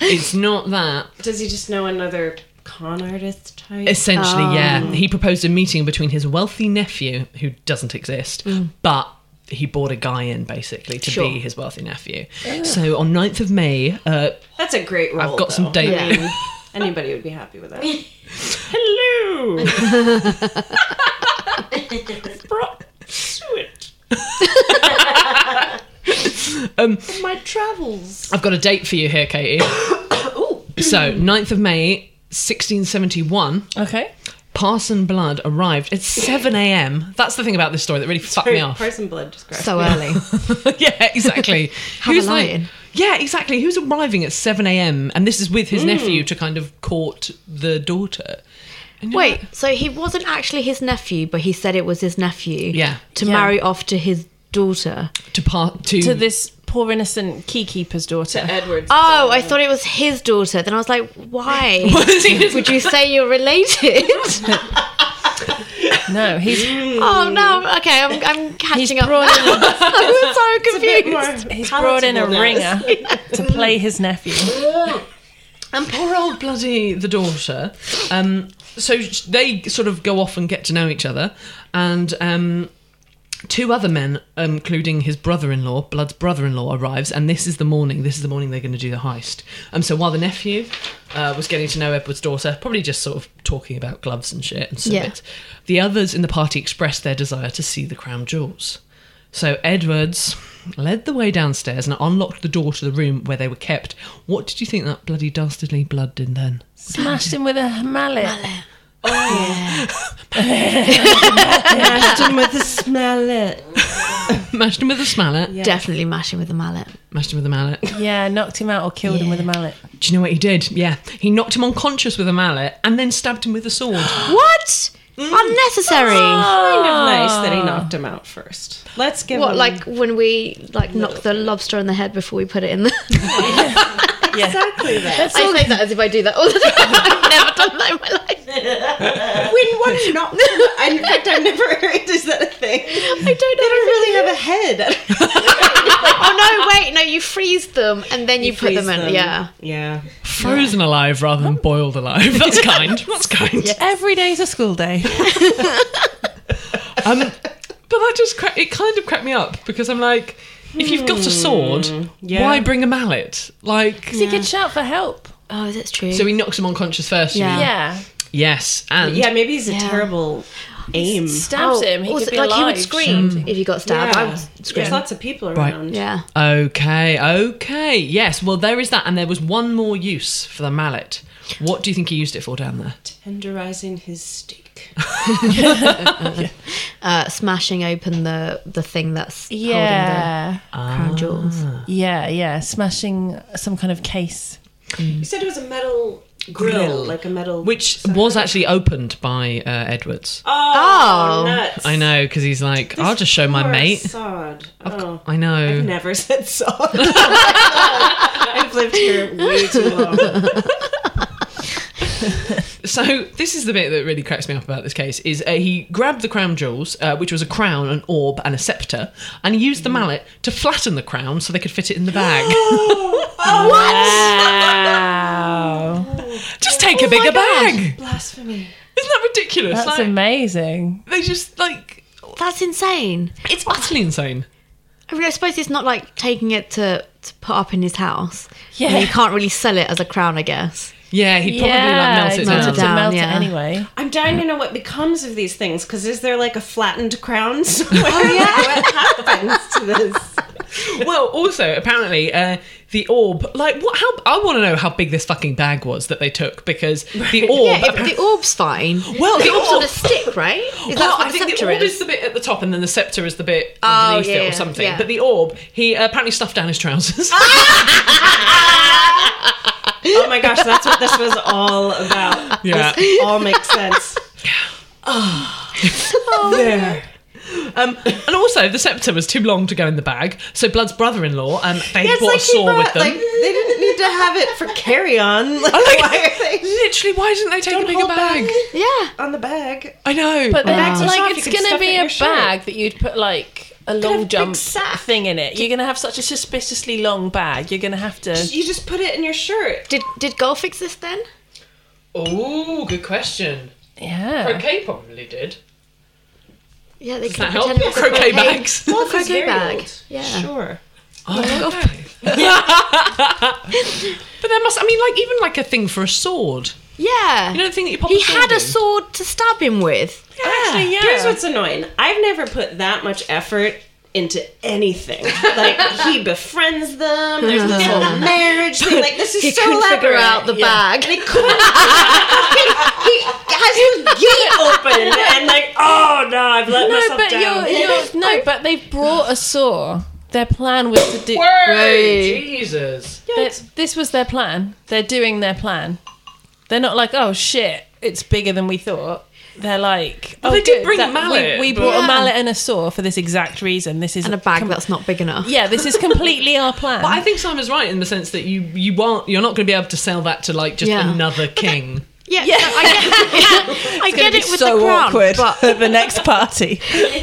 it's not that. Does he just know another con artist type? Essentially, yeah. He proposed a meeting between his wealthy nephew, who doesn't exist, but he bought a guy in basically to be his wealthy nephew. So on 9th of May, uh, That's a great role. I've got some though. date. I mean, anybody would be happy with that. *laughs* Hello! Brought to it. um, my travels. I've got a date for you here, Katie. so 9th of May, 1671. Okay. Parson Blood arrived at 7 a.m. That's the thing about this story that really fucked me off. Parson Blood just grabbed. *laughs* So early. *laughs* yeah, exactly. *laughs* Have a lion. Yeah, exactly. Who's arriving at 7 a.m. and this is with Mm. his nephew to kind of court the daughter? And you're Wait, like, so he wasn't actually his nephew, but he said it was his nephew. Yeah. To marry off to his daughter. to part to, To this poor innocent key keeper's daughter. *laughs* Edwards. Oh, I thought it was his daughter. Then I was like, why *laughs* would you say you're related? No, he's oh no. Okay, I'm, I'm he's catching up. brought in a, *laughs* I'm so confused. he's brought in a ringer to play his nephew. and poor old bloody the daughter. Um, so sh- they sort of go off and get to know each other, and um, two other men, um, including his brother-in-law, Blood's brother-in-law, arrives, and this is the morning. This is the morning they're going to do the heist. Um, so while the nephew uh, was getting to know Edward's daughter, probably just sort of talking about gloves and shit and Yeah. submits, the others in the party expressed their desire to see the crown jewels. So Edwards led the way downstairs and unlocked the door to the room where they were kept. What did you think that bloody dastardly blood did then? *laughs* Smashed him with a mallet. Oh. Mashed him with a smell it. Mashed him with a mallet. Definitely mashing with a mallet. Mashed him with a mallet. Yeah, knocked him out or killed him with a mallet. Do you know what he did? Yeah, he knocked him unconscious with a mallet and then stabbed him with a sword. What? Mm. Unnecessary. Ah. Kind of Ah. nice that he knocked him out first. Let's give What, him like when we like knock the lobster on the head before we put it in *laughs* the? exactly that. I say that as if I do that all the time. *laughs* I've never done that in my life. When one is *laughs* not, I, in fact, I've never heard. Is that a thing? I don't. They don't really have a head. *laughs* Oh no! Wait, no. You freeze them and then you, put them in. Yeah. Yeah. Frozen alive rather than boiled alive. That's kind. That's kind. Every day's a school day. Um, but that just cra- it kind of cracked me up because I'm like, if you've got a sword, why bring a mallet? Like, He could shout for help. Oh, that's true. so he knocks him unconscious first. you Yeah. mean? Yeah. Yes, and Yeah, maybe he's a terrible aim. Stabs Oh, him. He also, could be like alive. he Mm. would scream if you got stabbed. I Yeah. would There's scream. lots of people Right. around. Yeah. Okay, okay. Yes, well, there is that. And there was one more use for the mallet. What do you think he used it for down there? Tenderizing his steak. Um, uh, smashing open the the thing that's Yeah. holding the crown jewels. Yeah, yeah. Smashing some kind of case. You said it was a metal grill, Grill. like a metal. Which was actually opened by uh, Edwards. Oh, nuts. I know, because he's like, I'll just show my Poor mate. Sod. Oh. I know. I've never *laughs* said sod. Oh my God. I've lived here way too long. So this is the bit that really cracks me up about this case: is uh, he grabbed the crown jewels, uh, which was a crown, an orb, and a scepter, and he Mm. used the mallet to flatten the crown so they could fit it in *gasps* the bag. *laughs* what? Just take a bigger bag. Oh Blasphemy. Isn't that ridiculous? That's like, amazing. they just like That's insane. it's utterly insane. I mean, I suppose it's not like taking it to, to put up in his house. Yeah. And he can't really sell it as a crown, I guess. Yeah, he'd probably like melt it melt down. it down. melt yeah. it anyway. I'm dying to know what becomes of these things because is there like a flattened crown *laughs* somewhere? *laughs* what happens to *laughs* this? Well, also apparently uh, the orb. Like, what? How? I want to know how big this fucking bag was that they took because the orb. *laughs* Yeah, if apparently- the orb's fine. Well, the the orb's orb- on a stick, right? Is that well, what I the think the scepter orb is. is? *laughs* Oh, the bit at the top, and then the scepter is the bit underneath yeah, it yeah, or something. yeah. Ah! But the orb, he apparently stuffed down his trousers. Oh my gosh, that's what this was all about. *laughs* *laughs* yeah. This all makes sense. Um, and also, the scepter was too long to go in the bag, so Blood's brother-in-law, um, they It's brought a like he saw brought- with them. Like, they didn't need to have it for carry *laughs* on. Like, like- why are they Literally, why didn't they take a bigger hold bag? back. yeah. on the bag? I know. But then, bag's soft, like, you it's can gonna stuff it be in a your shirt. bag that you'd put like a have a long big jump sack. thing in it. You're gonna have such a suspiciously long bag. You're gonna have to. You just put it in your shirt. Did did Goal fix this then? oh, good question. Yeah. Croquet probably did. Yeah, they Does that could help? pretend *laughs* it was a Croquet bags. Well, It's croquet very bag. old. Yeah. Sure. But there must, I mean, like even like a thing for a sword. Yeah. You know the thing that you pop. he a sword had a in? sword to stab him with. Actually, yeah. Here's what's annoying. I've never put that much effort into anything. Like *laughs* he befriends them. There's this whole marriage thing. Like this is Uh-huh. He so couldn't figure elaborate. out the *laughs* bag. They couldn't. he, he has his gate open and like, oh no, I've let No, myself but down. you're, you're no, but they brought a saw. Their plan was to do. Word, Jesus. They- this was their plan. They're doing their plan. They're not like, oh shit, it's bigger than we thought. They're like, Well, oh, they did good, bring a we- mallet, We, but- brought Yeah. a mallet and a saw for this exact reason. This is And a bag that's not big enough. yeah, this is completely *laughs* our plan. But I think Simon's right in the sense that you you won't you're not going to be able to sell that to like just Yeah. another *laughs* king. Yeah, yeah. I *laughs* get, I get it with so the crown, awkward but *laughs* at the next *laughs* party. it's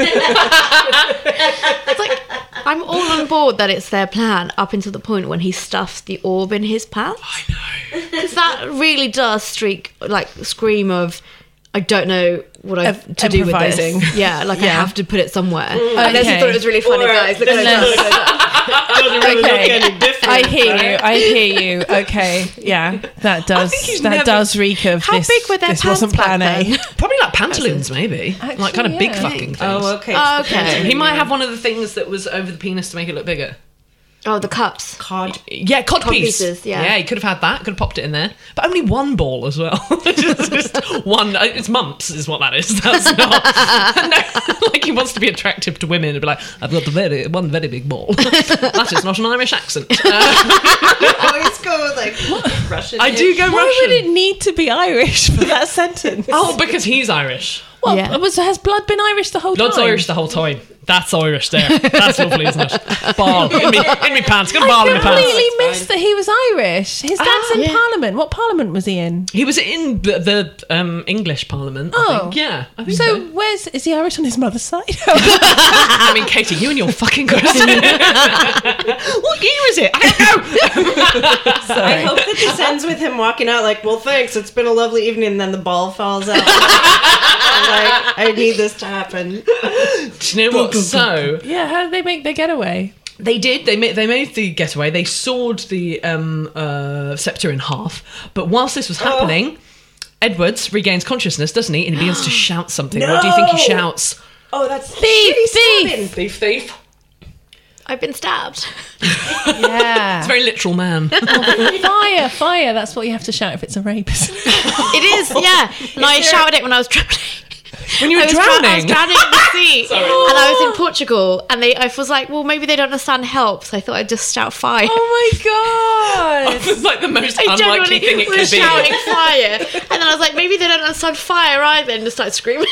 like I'm all on board that it's their plan up until the point when he stuffs the orb in his pants. I know. Because that really does streak, like, scream of, I don't know what I have Of to do with improvising. this. *laughs* Yeah, like I Yeah. have to put it somewhere. Unless you Okay. thought it was really funny, Or- guys. Look at unless- it. doesn't really Okay. look any different. I hear you. I hear you. Okay, *laughs* yeah, that does he's that never- does reek of How this. big were their this pants wasn't plan back A. then? Probably like pantaloons, maybe like kind of big yeah. fucking things. Oh, okay. Oh, It's the okay. He *laughs* pentagram. might have one of the things that was over the penis to make it look bigger. Oh, the cups. Cod. Yeah, cod, piece. pieces, yeah. yeah, he could have had that. Could have popped it in there, but only one ball as well. *laughs* just, just one. uh, It's mumps, is what that is. *laughs* That's not *laughs* no, like he wants to be attractive to women and be like, I've got the very one very big ball. *laughs* that is not an Irish accent. Uh, I always go like Russian. I do go *laughs* Why Russian. would it need to be Irish for *laughs* that sentence? Oh, because he's Irish. Well, Yeah. was, has blood been Irish the whole Blood's time? Irish the whole time. That's Irish there. That's lovely, isn't it? Ball in me, in me pants. Got a ball in me pants. completely missed that he was Irish. His dad's in Parliament. What Parliament was he in? He was in the, the um, English Parliament. I Oh. think. yeah. I think So so. where's is he Irish on his mother's side? *laughs* I mean, Katie, you and your fucking question. what year is it? I don't know. I hope that this ends with him walking out like, well, thanks, it's been a lovely evening, and then the ball falls out. *laughs* I'm like, I need this to happen. *laughs* Do you know what? So *laughs* yeah, how did they make their getaway? They did. They made they made the getaway. They sawed the um, uh, scepter in half. But whilst this was happening, Edwards regains consciousness, doesn't he? And he begins to shout something. What do you think he shouts? Oh, that's Thief, thief! Thief, thief. I've been stabbed. It's yeah. a very literal man. *laughs* fire, fire. That's what you have to shout if it's a rapist. It *laughs* is, yeah. And I shouted it when I was drowning. when you were *laughs* I was dra- I was drowning. drowning in *laughs* the sea, and I was in Portugal, and they, I was like, well, maybe they don't understand help, so I thought I'd just shout fire. oh my Oh *laughs* god. It's like the most I unlikely genuinely thing it could was be. shouting fire, and then I was like, maybe they don't understand fire either, and just started *laughs* screaming.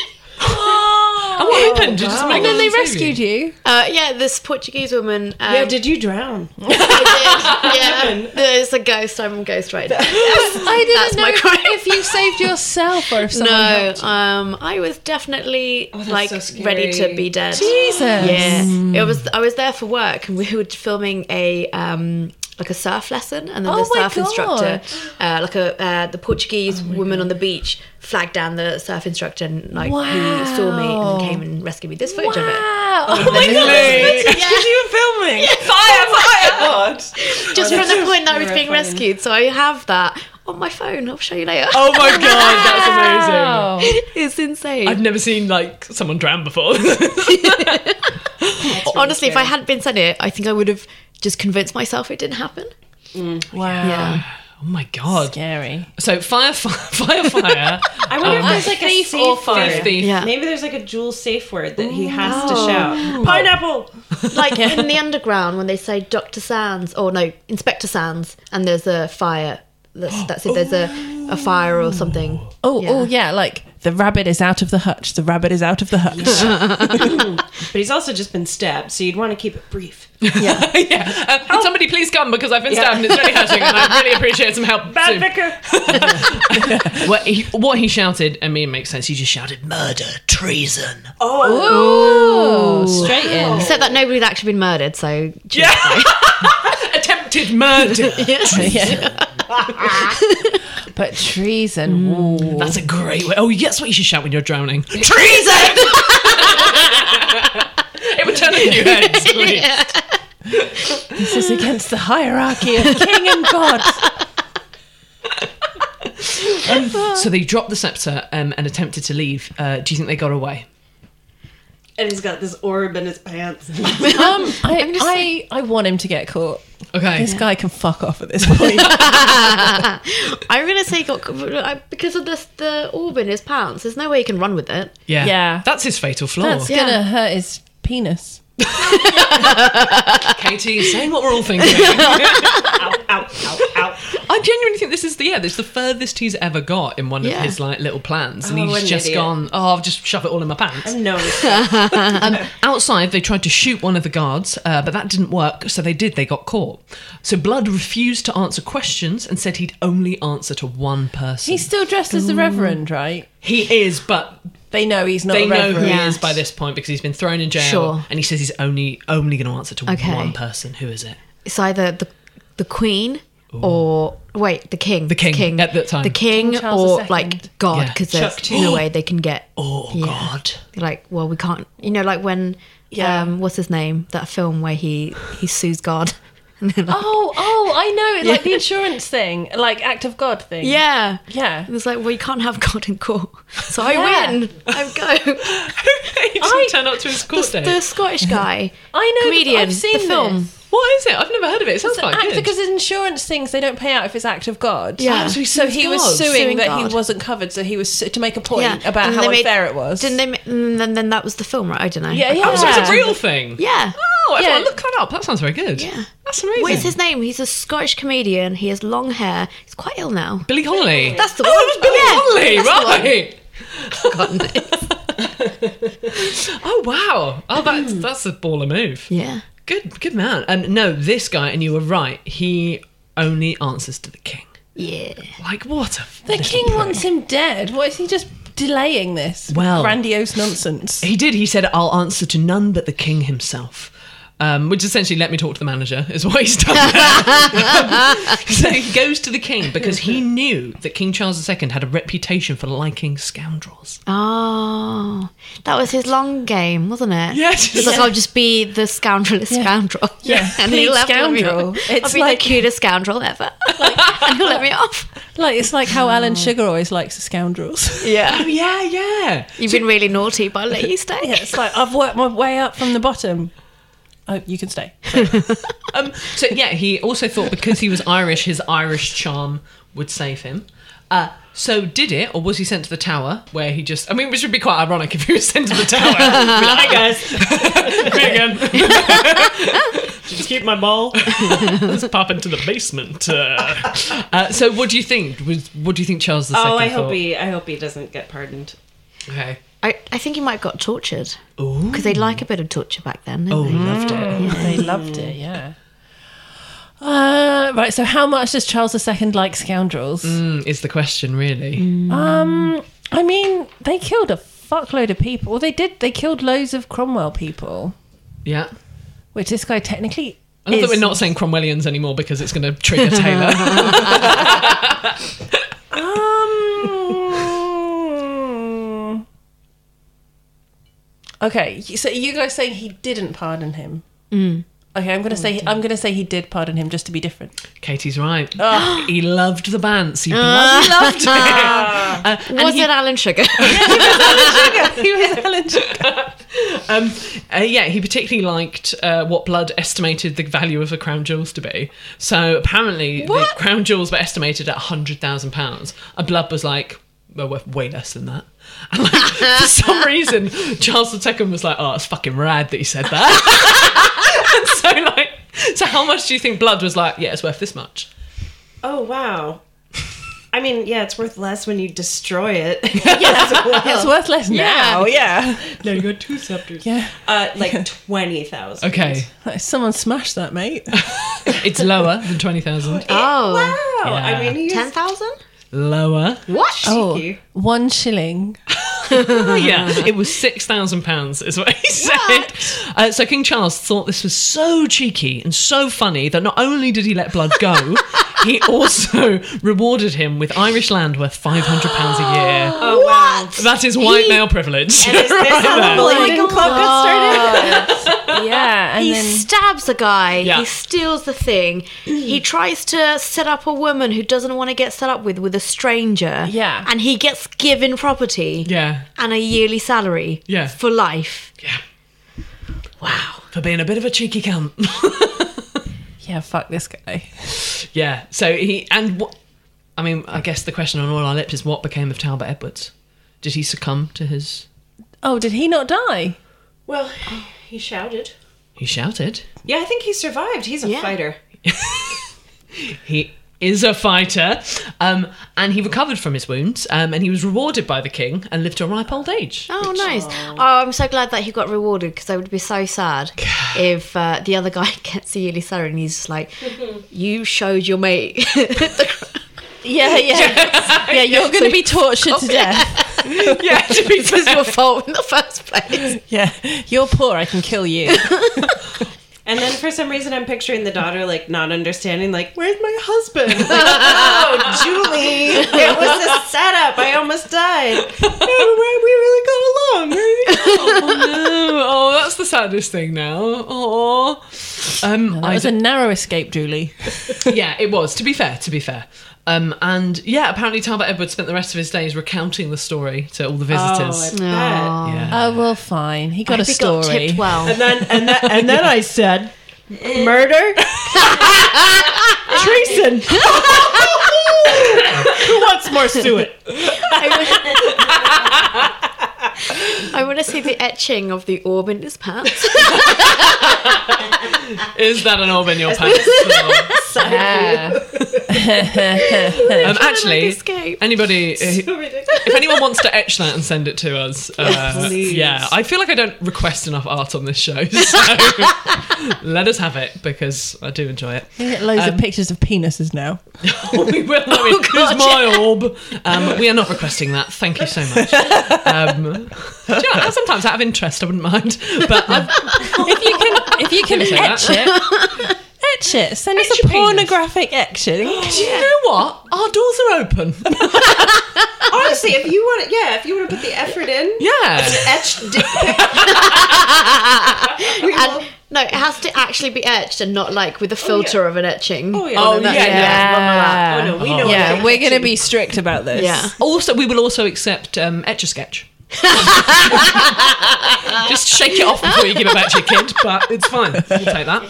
Oh. And what happened? Did you just make *laughs* And then they rescued you. Uh, yeah, this Portuguese woman. Um, yeah, Did you *laughs* drown? yeah, there's a ghost. I'm a ghost right now. *laughs* I didn't That's know my crime. if you saved yourself *laughs* or if someone No, helped. um, I was definitely like Oh, so ready to scary. be dead. Jesus. Yeah, it was. I was there for work, and we were filming a um, like a surf lesson, and then Oh the my surf God. instructor, uh, like a uh, the Portuguese Oh woman on the beach, flagged down the surf instructor, and like he saw me and then came and rescued me. This footage of it. Wow. *laughs* Oh *laughs* my god. you were filming. *laughs* just from the point that I was being rescued. So I have that on my phone. I'll show you later. Oh my *laughs* god, that's amazing. Oh, it's insane. I've never seen like someone drown before. *laughs* Oh Honestly, if I hadn't been sent it, I think I would have just convinced myself it didn't happen. Wow. oh my god. Scary. So fire, *laughs* fire, fire, fire. Um, I wonder if there's like a thief or thief, thief. Yeah. Oh. Maybe there's like a jewel safe word that he has to shout. Pineapple. *laughs* Like in *laughs* the underground when they say Doctor Sands or no Inspector Sands, and there's a fire. That's, that's it. There's a, a fire or something. Oh, oh yeah, like the rabbit is out of the hutch. The rabbit is out of the hutch. But he's also just been stabbed, so you'd want to keep it brief. *laughs* yeah. Uh, Oh. can somebody please come because I've been stabbed and it's really hurting and I really appreciate some help. Bad soon. vicar. What he, what he shouted, I mean, it makes sense. He just shouted murder, treason. *laughs* Oh, straight in. Except that nobody had actually been murdered. So Oh, Attempted *laughs* murder. *laughs* But treason. ooh. That's a great way. Oh, that's what you should shout when you're drowning. *laughs* Treason! it would turn a few heads. wouldn't it? This is against the hierarchy of king and god. So they dropped the scepter um, and attempted to leave. Uh, do you think they got away? And he's got this orb in his pants. Um, I, I, I want him to get caught. Okay. This guy can fuck off at *laughs* this point. I'm gonna say got I- because of this the orb in his pants. There's no way you can run with it. Yeah. Yeah. That's his fatal flaw. That's gonna hurt his penis. Katie saying what we're all thinking. *laughs* ow, ow, ow, ow. I genuinely think this is the yeah, this is the furthest he's ever got in one Yeah. of his like little plans, and Oh, what he's an just idiot. gone. Oh, I'll just shove it all in my pants. *laughs* Um, No. Outside, they tried to shoot one of the guards, uh, but that didn't work. So they did. They got caught. So Blood refused to answer questions and said he'd only answer to one person. He's still dressed as the reverend, right? he is, but They know he's not they a know reverend. who he Yeah. is by this point because he's been thrown in jail, Sure. and he says he's only only going to answer to Okay. one person. Who is it? it's either the the queen or wait the king the king, at that time. the king King Charles or II. like god Yeah. because Chuck there's two. no way they can get Oh Yeah. God! like well we can't you know like when Yeah. um what's his name that film where he he sues god *laughs* and they're like, Oh, oh, I know. It's like the insurance thing, like act of God thing. yeah Yeah. it was like well you can't have god in court so i Yeah. win *laughs* i go he didn't turn up to his court the, date. the scottish guy *laughs* I know. that- comedian I've seen the film This. What is it? I've never heard of it. It sounds It's an quite good. act- because insurance things they don't pay out if it's act of God. Yeah. Oh, so he so sued he was God. suing, Suing that God. he wasn't covered. So he was su- to make a point yeah about And how they made- unfair it was. didn't they ma- and then, then that was the film right i don't know Yeah, yeah. Oh, so it's a real thing. yeah Oh, everyone, Yeah. look that up. That sounds very good. Yeah. That's amazing. What is his name? He's a Scottish comedian. He has long hair. He's quite *laughs* ill now. Billy Connolly. That's the Oh, one. that was Billy Oh, Connolly, yeah. That's the right? oh wow! Oh, that's that's a baller move. *laughs* Yeah. Good, good man. Um, no, this guy, and you were right. He only answers to the king. Yeah. Like what a The king wants him dead. What is he just delaying this? Well- grandiose nonsense. He did. He said, "I'll answer to none but the king himself." Um, which essentially let me talk to the manager is what he's done. *laughs* there. so he goes to the king because he knew that King Charles II had a reputation for liking scoundrels. Oh, that was his long game, wasn't it? Yeah, It's like I'll just be the scoundrelest scoundrel. Yeah. *laughs* and Complete he'll let me scoundrel. off. It's I'll be like- *laughs* the cutest scoundrel ever, and he'll let me off. Like it's like how Alan Sugar always likes the *laughs* scoundrels. Oh, yeah, yeah. *laughs* You've been really naughty, but I'll let you stay. yeah, it's like I've worked my way up from the bottom. Oh, you can stay. Um, so yeah, he also thought because he was Irish, his Irish charm would save him. Uh, so did it, or was he sent to the tower where he just? I mean, which would be quite ironic if he was sent to *laughs* the tower. Be like, Hi guys, me again. *laughs* Just keep my ball. Let's pop into the basement. Uh, Uh, so what do you think? Was what do you think Charles II? Oh, I hope thought? he. I hope he doesn't get pardoned. Okay. I, I think he might have got tortured. Because they'd like a bit of torture back then. didn't they? *laughs* Loved it. *laughs* They loved it, yeah. Uh, right, so how much does Charles II like scoundrels? Mm, is the question really? Um, I mean, they killed a fuckload of people. Well, they did. They killed loads of Cromwell people, Yeah. which this guy technically I love is. that we're not saying Cromwellians anymore because it's going to trigger Taylor. Um, okay, so you guys saying he didn't pardon him? Okay, I'm gonna say I'm gonna say he did pardon him just to *laughs* be different. Katie's right. he loved the bants. He bloody loved it. Uh, and Was he- it Alan Sugar? *laughs* *laughs* Um, uh, yeah, he particularly liked uh, what Blood estimated the value of the crown jewels to be. So apparently, the crown jewels were estimated at hundred thousand pounds, and Blood was like, "Well, worth way less than that." *laughs* And like, for some reason, Charles II was like, "Oh, it's fucking rad that he said that." *laughs* and so like, so how much do you think Blood was like? Yeah, it's worth this much. Oh wow. I mean, yeah, it's worth less when you destroy it. *laughs* yes, It's worth less Oh, now. Oh, Yeah, No, you got two scepters. yeah. *laughs* uh, like twenty thousand. Okay, Like, Someone smashed *laughs* that, mate. it's lower than twenty thousand. oh. Wow. Yeah. I mean, he's 10,000? Lower. Oh, cheeky. one shilling. yeah, it was six thousand pounds, is what he said. Uh, so King Charles thought this was so cheeky and so funny that not only did he let Blood go, he also rewarded him with Irish land worth five hundred pounds a year. *gasps* Oh wow. that is white male privilege. And is this how the Lincoln Club got started? *laughs* Yeah, and He then stabs a guy. Yeah. He steals the thing. *clears throat* he tries to set up a woman who doesn't want to get set up with with a stranger. Yeah. And he gets given *laughs* property yeah, and a yearly salary. Yeah. For life. yeah. Wow, for being a bit of a cheeky cunt. *laughs* yeah, fuck this guy. yeah. So he and what? I mean, I guess the question on all our lips is what became of Talbot Edwards? Did he succumb to his? Oh, did he not die? Well, he shouted. He shouted. Yeah, I think he survived. He's a fighter. He is a fighter, um, and he recovered from his wounds, um, and he was rewarded by the king and lived to a ripe old age. Ah. *laughs* Oh, nice. Oh, I'm so glad that he got rewarded because I would be so *sighs* sad if uh, the other guy *laughs* gets a yearly salary and he's *laughs* just like, you showed your mate. *laughs* Yeah, yeah, yeah. You're gonna be *laughs* tortured to death. Yeah, to *laughs* be it was your fault in the first place. Yeah, you're poor. I can kill you. And then for some reason, I'm picturing the daughter like not understanding, like, "Where's my husband?" Like, oh, Julie, it was a setup. I almost died. No, we really got along. eh? *laughs* oh, that's the saddest thing now. Oh, um, That I was a d- narrow escape, Julie. *laughs* yeah, it was. To be fair, to be fair. Um, and yeah, apparently Talbot Edwards spent the rest of his days recounting the story to all the visitors. That. yeah. Oh well, fine. He got a He got story. tipped well. and then and then, and then I said, *laughs* murder, treason. Who wants more suet? I want to see the etching of the orb in his *laughs* pants. Is that an orb in *laughs* your pants? Oh. um, actually, escape. anybody uh, who- if anyone wants to etch that and send it to us, uh, yeah, I feel like I don't request enough art on this show, *laughs* so let us have it because I do enjoy *laughs* it. We get loads of pictures of penises now. we will. I Oh, mean, who's my orb? Um, we are not requesting that. Thank you so much. Um, do you know, sometimes out of interest, I wouldn't mind, but I've, If you can, if you can Didn't say etch it, etch it. Send us a your penis. pornographic do etching. you know what? Our doors are open. Honestly, if you want, to, yeah, if you want to put the effort in, Yeah. etched dick pic. We will- No, it has to actually be etched and not like with a filter of an etching. Oh, yeah. No, Oh, that- yeah, Oh, no, we know Yeah, we're going to be strict about this. Yeah. Also, we will also accept um, Etch a Sketch. Just shake it off before you give it back to your kid, but it's fine. We'll take that.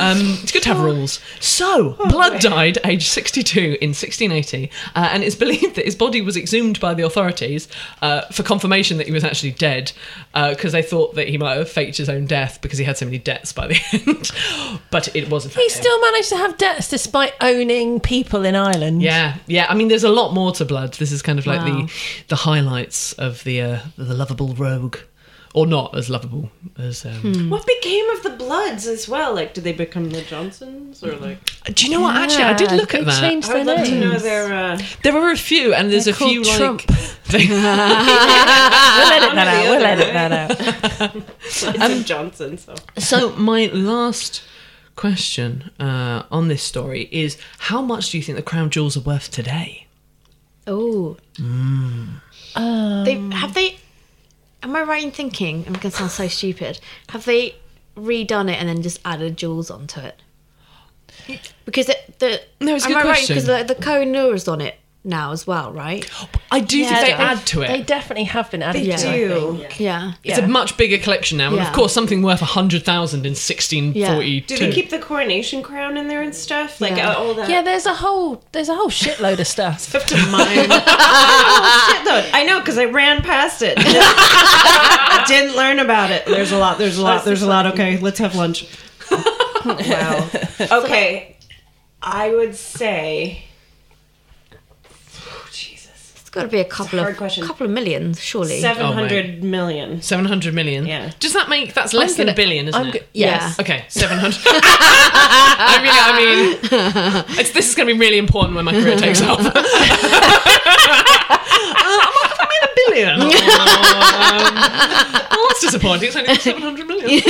Um, it's good to have rules. So, Blood died aged 62 in 1680, uh, and it's *laughs* believed that his body was exhumed by the authorities uh, for confirmation that he was actually dead, because they thought that he might have faked his own death because he had so many debts by the *laughs* end. but it wasn't. He still managed to have debts despite owning people in Ireland. Yeah, yeah. I mean, there's a lot more to Blood. This is kind of like the the highlights of the uh, the lovable rogue, or not as lovable as. Um... What became of the Bloods as well? Like, did they become the Johnsons or like? Do you know what? Actually, I did look they at that. changed I would their love to names. know their. Uh, There are a few, and there's They're a few called like. *laughs* Trump. we'll edit that out, we'll edit that out. it's a Johnson, so So my last question uh, on this story is: How much do you think the crown jewels are worth today? Oh. They have they. Am I right in thinking? I'm gonna sound so stupid. Have they redone it and then just added jewels onto it? Because it, the No, it's a am good I question. right? Because the, the Kohinoor is on it now as well, right? I do Yeah, think they they- add to it. They definitely have been added. Yeah. to, I do. think. Yeah. it's a much bigger collection now, and of Yeah. course, something worth a hundred thousand in sixteen forty-two. do they keep the coronation crown in there and stuff? Like Yeah. uh, all that. Yeah, there's a whole there's a whole shitload of stuff. Stuff to *laughs* mine. oh shit! Though I know because I ran past it. I didn't learn about it. There's a lot. There's a lot. There's a lot. Okay, let's have *laughs* lunch. Oh, wow. Okay, I would say. Oh, Jesus. It's got to be a couple hard of question. couple of million, surely. Seven hundred million. Seven hundred million. Yeah. Does that make that's less than a gonna- billion, isn't I'm it? go- yes. Okay, seven hundred. *laughs* I mean, I mean, it's, this is going to be really important when my career takes off. *laughs* Uh, I'm like, "Have I made a billion. *laughs* Um, well, that's disappointing. It's only seven hundred *laughs* million.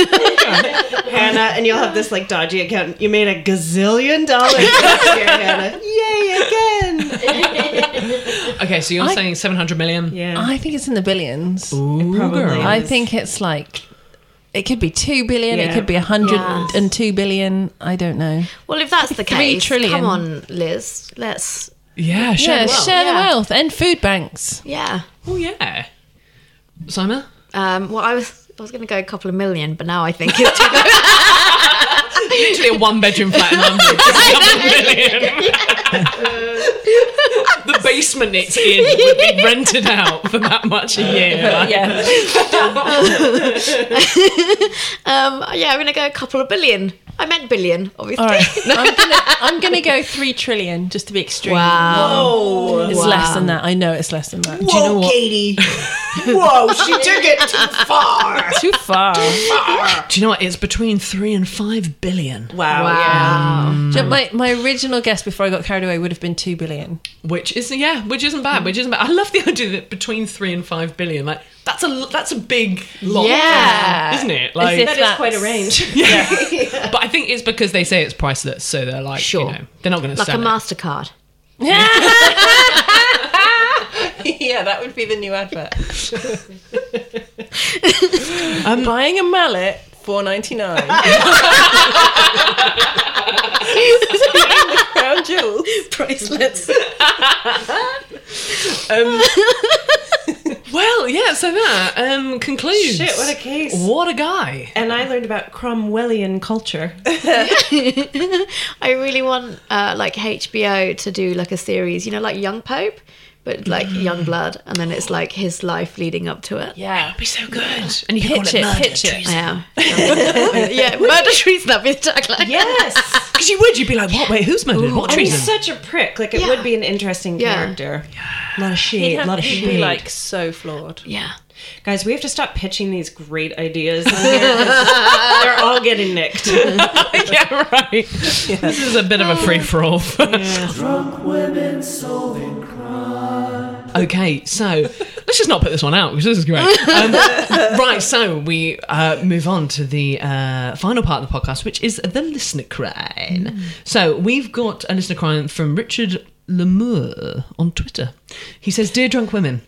Hannah, and you'll have this like dodgy account. You made a gazillion dollars this year, Hannah. *laughs* Yay again! Okay, so you're saying seven hundred million? Yeah. I think it's in the billions. Ooh, girl. I think it's like it could be two billion, Yeah. it could be a hundred and two billion. I don't know. Well, if that's the Three case, trillion. come on, Liz. Let's Yeah, sure. yeah, share the Yeah. wealth and food banks. yeah. Oh yeah. Simon. Um, well, I was I was going to go a couple of million, but now I think it's *laughs* literally a one bedroom flat in *laughs* London. It's a million. *laughs* the basement it's in would be rented out for that much a year. Like, *laughs* um, yeah, I'm going to go a couple of billion. I meant billion, obviously. All right, *laughs* I'm gonna I'm gonna go three trillion just to be extreme. Wow. It's less than that. I know it's less than that. Whoa, Katie! Whoa, she took it too far. Too far. Do you know what? It's between three and five billion, Wow. Do you know, my my original guess before I got carried away would have been two billion. which is yeah, which isn't bad. Which isn't bad. I love the idea that between three and five billion, like that's a that's a big lot, Yeah. isn't it? Like, if That is that's- quite a range. *laughs* but I think it's because they say it's priceless, so they're like, Sure. you know, they're not going to Like a sell it. MasterCard. *laughs* yeah, that would be the *laughs* new advert. Um, I'm buying a mallet. Four ninety nine. crown jewels. Bracelets. Well, yeah, so that um, concludes. Shit, what a case. What a guy. And I learned about Cromwellian culture. I really want uh, like HBO to do like a series, you know, like Young Pope, but like Young Blood, and then it's like his life leading up to it. Yeah. Be so good, and you can Pitch call it, it, murder pitch it. Oh, treason. Yeah. *laughs* yeah, murder treason, that'd be the *laughs* tagline. Yes. Because you would, you'd be like, what? Wait, who's murdered? what And he's treason? such a prick. Like it Yeah. would be an interesting Yeah. character. A lot of shade. He'd, a lot of shade. be like so flawed. Yeah. Guys, we have to stop pitching these great ideas. on here *laughs* 'cause they're all getting nicked. yeah, right. *laughs* This is a bit of a free for all. Drunk women solving crime. okay, so let's just not put this one out because this is great. Um, right, so we uh, move on to the uh, final part of the podcast, which is the listener crime. So we've got a listener crime from Richard Lemoore on Twitter. He says, "Dear drunk women."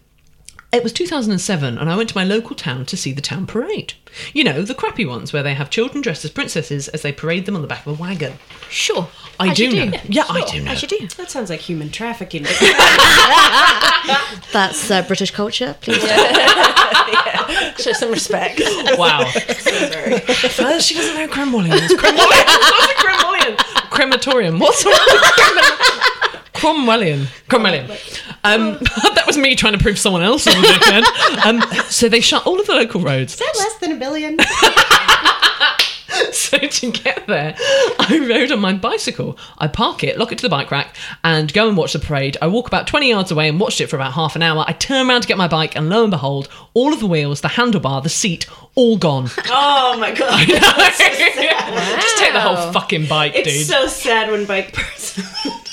It was 2007, and I went to my local town to see the town parade. You know, the crappy ones where they have children dressed as princesses as they parade them on the back of a wagon. Sure. I do know. Yeah, I do know. do. That sounds like human *laughs* trafficking. That's uh, British culture, please. Show *laughs* some respect. *laughs* *laughs* Wow. First, she doesn't know Cromwellians. Cromwellians. *laughs* What's a Cromwellian? Crematorium. What's wrong with Cromwellian? Cromwellian. Cromwellian. Um, *laughs* that was me trying to prove someone else on the weekend. Um, so they shut all of the local roads. *laughs* that less than a billion? So to get there, I rode on my bicycle. I park it, lock it to the bike rack, and go and watch the parade. I walk about 20 yards away and watched it for about half an hour. I turn around to get my bike, and lo and behold, all of the wheels, the handlebar, the seat, all gone. oh my god. That's so sad. Just take the whole fucking bike, It's dude. so sad when bike person.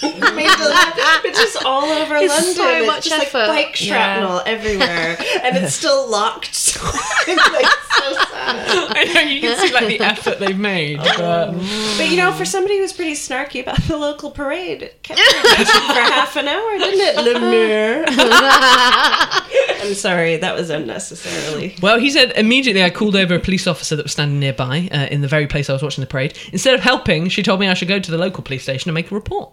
it's just all over It's London. so it's much just effort. like bike Yeah. shrapnel everywhere, and *laughs* it's still locked. *laughs* So it's like so sad. *laughs* I know you can see like the effort they've made. But... um, But you know, for somebody who's pretty snarky about the local parade, it *laughs* kept me attention for half an hour, didn't it, Lemire? *laughs* I'm sorry, that was unnecessarily. Well, he said immediately I called over a police officer that was standing nearby uh, in the very place I was watching the parade. Instead of helping, she told me I should go to the local police station and make a report.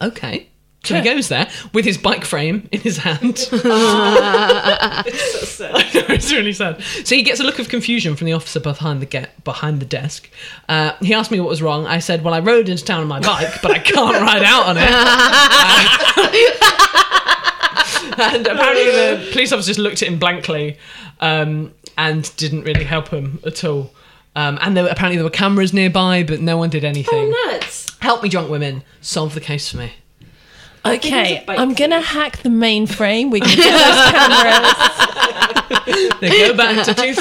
Okay. So he goes there with his bike frame in his hand. *laughs* It's so sad. I know, it's really sad. So he gets a look of confusion from the officer behind the get, behind the desk. Uh, he asked me what was wrong. I said, "Well, I rode into town on my bike, but I can't ride out on it." and apparently, the police officer just looked at him blankly um, and didn't really help him at all. Um, and there, were- apparently, there were cameras nearby, but no one did anything. Nuts. Help me, drunk women, solve the case for me. Okay, I'm gonna hack the mainframe. *laughs* We can get those cameras. They go back *laughs* to *laughs* 2008.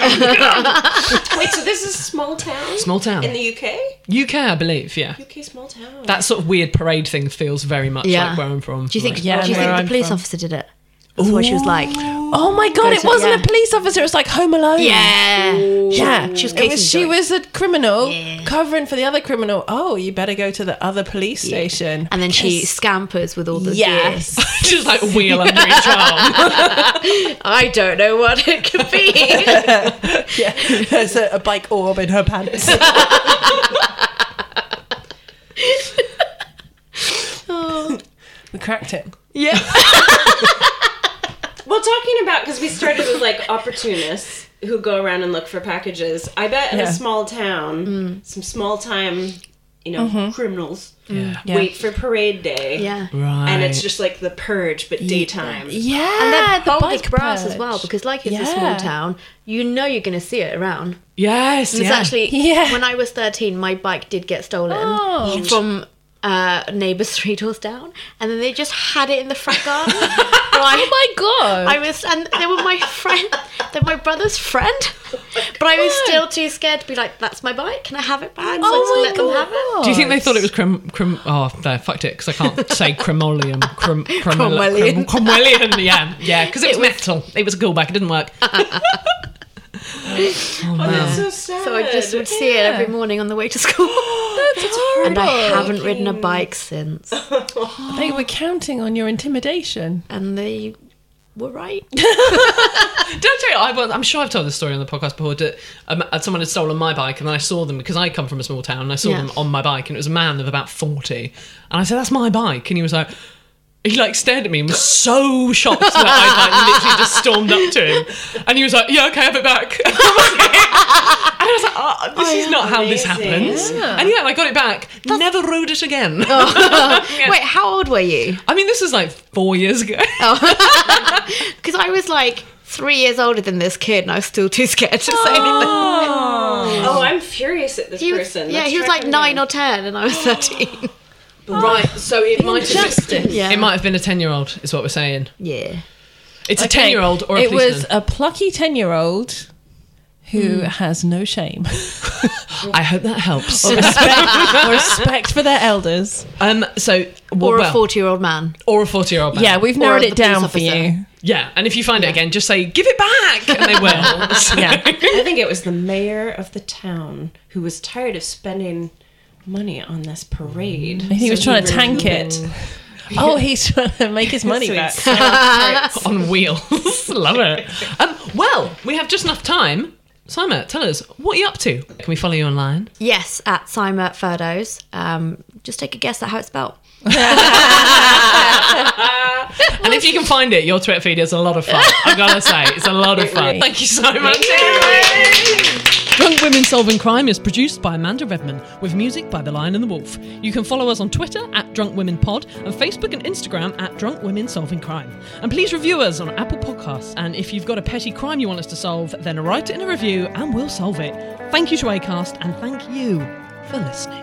Oh, God. Wait, so this is small town? Small town. in the UK? UK, I believe. Yeah. UK small town. That sort of weird parade thing feels very much Yeah. like where I'm from. Do you think? Like, do you where think the I'm police from. officer did it? That's why she was like, Oh my god, it to- wasn't yeah. a police officer. It was like Home Alone. yeah, Yeah, She It was- was casing she joint. was a criminal covering for the other criminal. Oh, you better go to the other police station. and then she Yes. scampers with all the Yes. *laughs* just like a wheel under *laughs* each arm? gear. I don't know what it could be. There's a, a bike orb in her *laughs* pants. *laughs* Oh. We cracked it. Well, talking about because we started with like opportunists who go around and look for packages. I bet in Yeah. a small town, Mm. some small time, you know, criminals Yeah. Yeah. wait for parade day. Mm-hmm. yeah. Right. And it's just like the purge, but daytime. Yeah, And they're Ah, the bold as bike brass as purge. well because, like, it's a small Yeah. town. You know you're going to see it around. yes. And yeah. It's actually Yeah. when I was 13, my bike did get stolen Oh. from uh, *laughs* neighbours three doors down, and then they just had it in the front garden. right. my god! I was, and they were my friend. They're my brother's friend, but I was still too scared to be like, "That's my bike. Can I have it back?" So Oh I just let them have it. Do you think they thought it was crim? crim oh, no, fucked it because I can't say cremolium. *laughs* Crim, crim, Cromwellian. Cromwellian. Yeah, yeah, because *laughs* it, was metal. It was a callback. It didn't *laughs* work. Oh, That's so sad. So I just would see it every morning on the way to school, *gasps* That's and horrible. I haven't ridden a bike since. They were counting on your intimidation. And they *laughs* were right. Did I tell you? I once, I'm sure I've told this story on the podcast before. That um, uh, someone had stolen my bike, and then I saw them because I come from a small town, and I saw Yeah. them on my bike, and it was a man of about forty, and I said, "That's my bike," and he was like. He like stared at me and was so shocked that I like literally just stormed up to him, and he was like, "Yeah, okay, have it back." *laughs* and I was like, oh, "This is not how this happens." And yeah, Oh. and I got it back. Never rode it again. Wait, how old were you? *laughs* I mean, this is like four years ago. Because I was like three years older than this kid, and I was still too scared to say anything. Oh, I'm furious at this He was, person. yeah, Let's he was track like him nine down. or ten, and I was *gasps* thirteen. right, so it might have been, Yeah. it might have been a ten-year-old, is what we're saying. Yeah. It's a Okay, ten-year-old or a it policeman. was a plucky ten-year-old who has no shame I hope that helps. *laughs* or respect, or respect for their elders. um, so well, Or a well, forty-year-old man. or a forty-year-old man. Yeah, we've Or narrowed the it down police for officer. you. yeah. And if you find it again, just say "Give it back," and they will. *laughs* So- I think it was the mayor of the town who was tired of spending money on this parade. I think he was trying to tank it. Oh, he's trying to make his money back. *laughs* on wheels. *laughs* Love it. Um, well, we have just enough time. Simon, tell us what are you up to. Can we follow you online? Yes, at Sima Furdos. Um, just take a guess at how it's *laughs* spelled. and if you can find it, your Twitter feed is a lot of *laughs* fun. I've got to say, it's a lot of fun. Thank you so much. Drunk Women Solving Crime is produced by Amanda Redman with music by The Lion and the Wolf. You can follow us on Twitter at Drunk Women Pod and Facebook and Instagram at Drunk Women Solving Crime. And please review us on Apple Podcasts. And if you've got a petty crime you want us to solve, then write it in a review and we'll solve it. Thank you to ACAST and thank you for listening.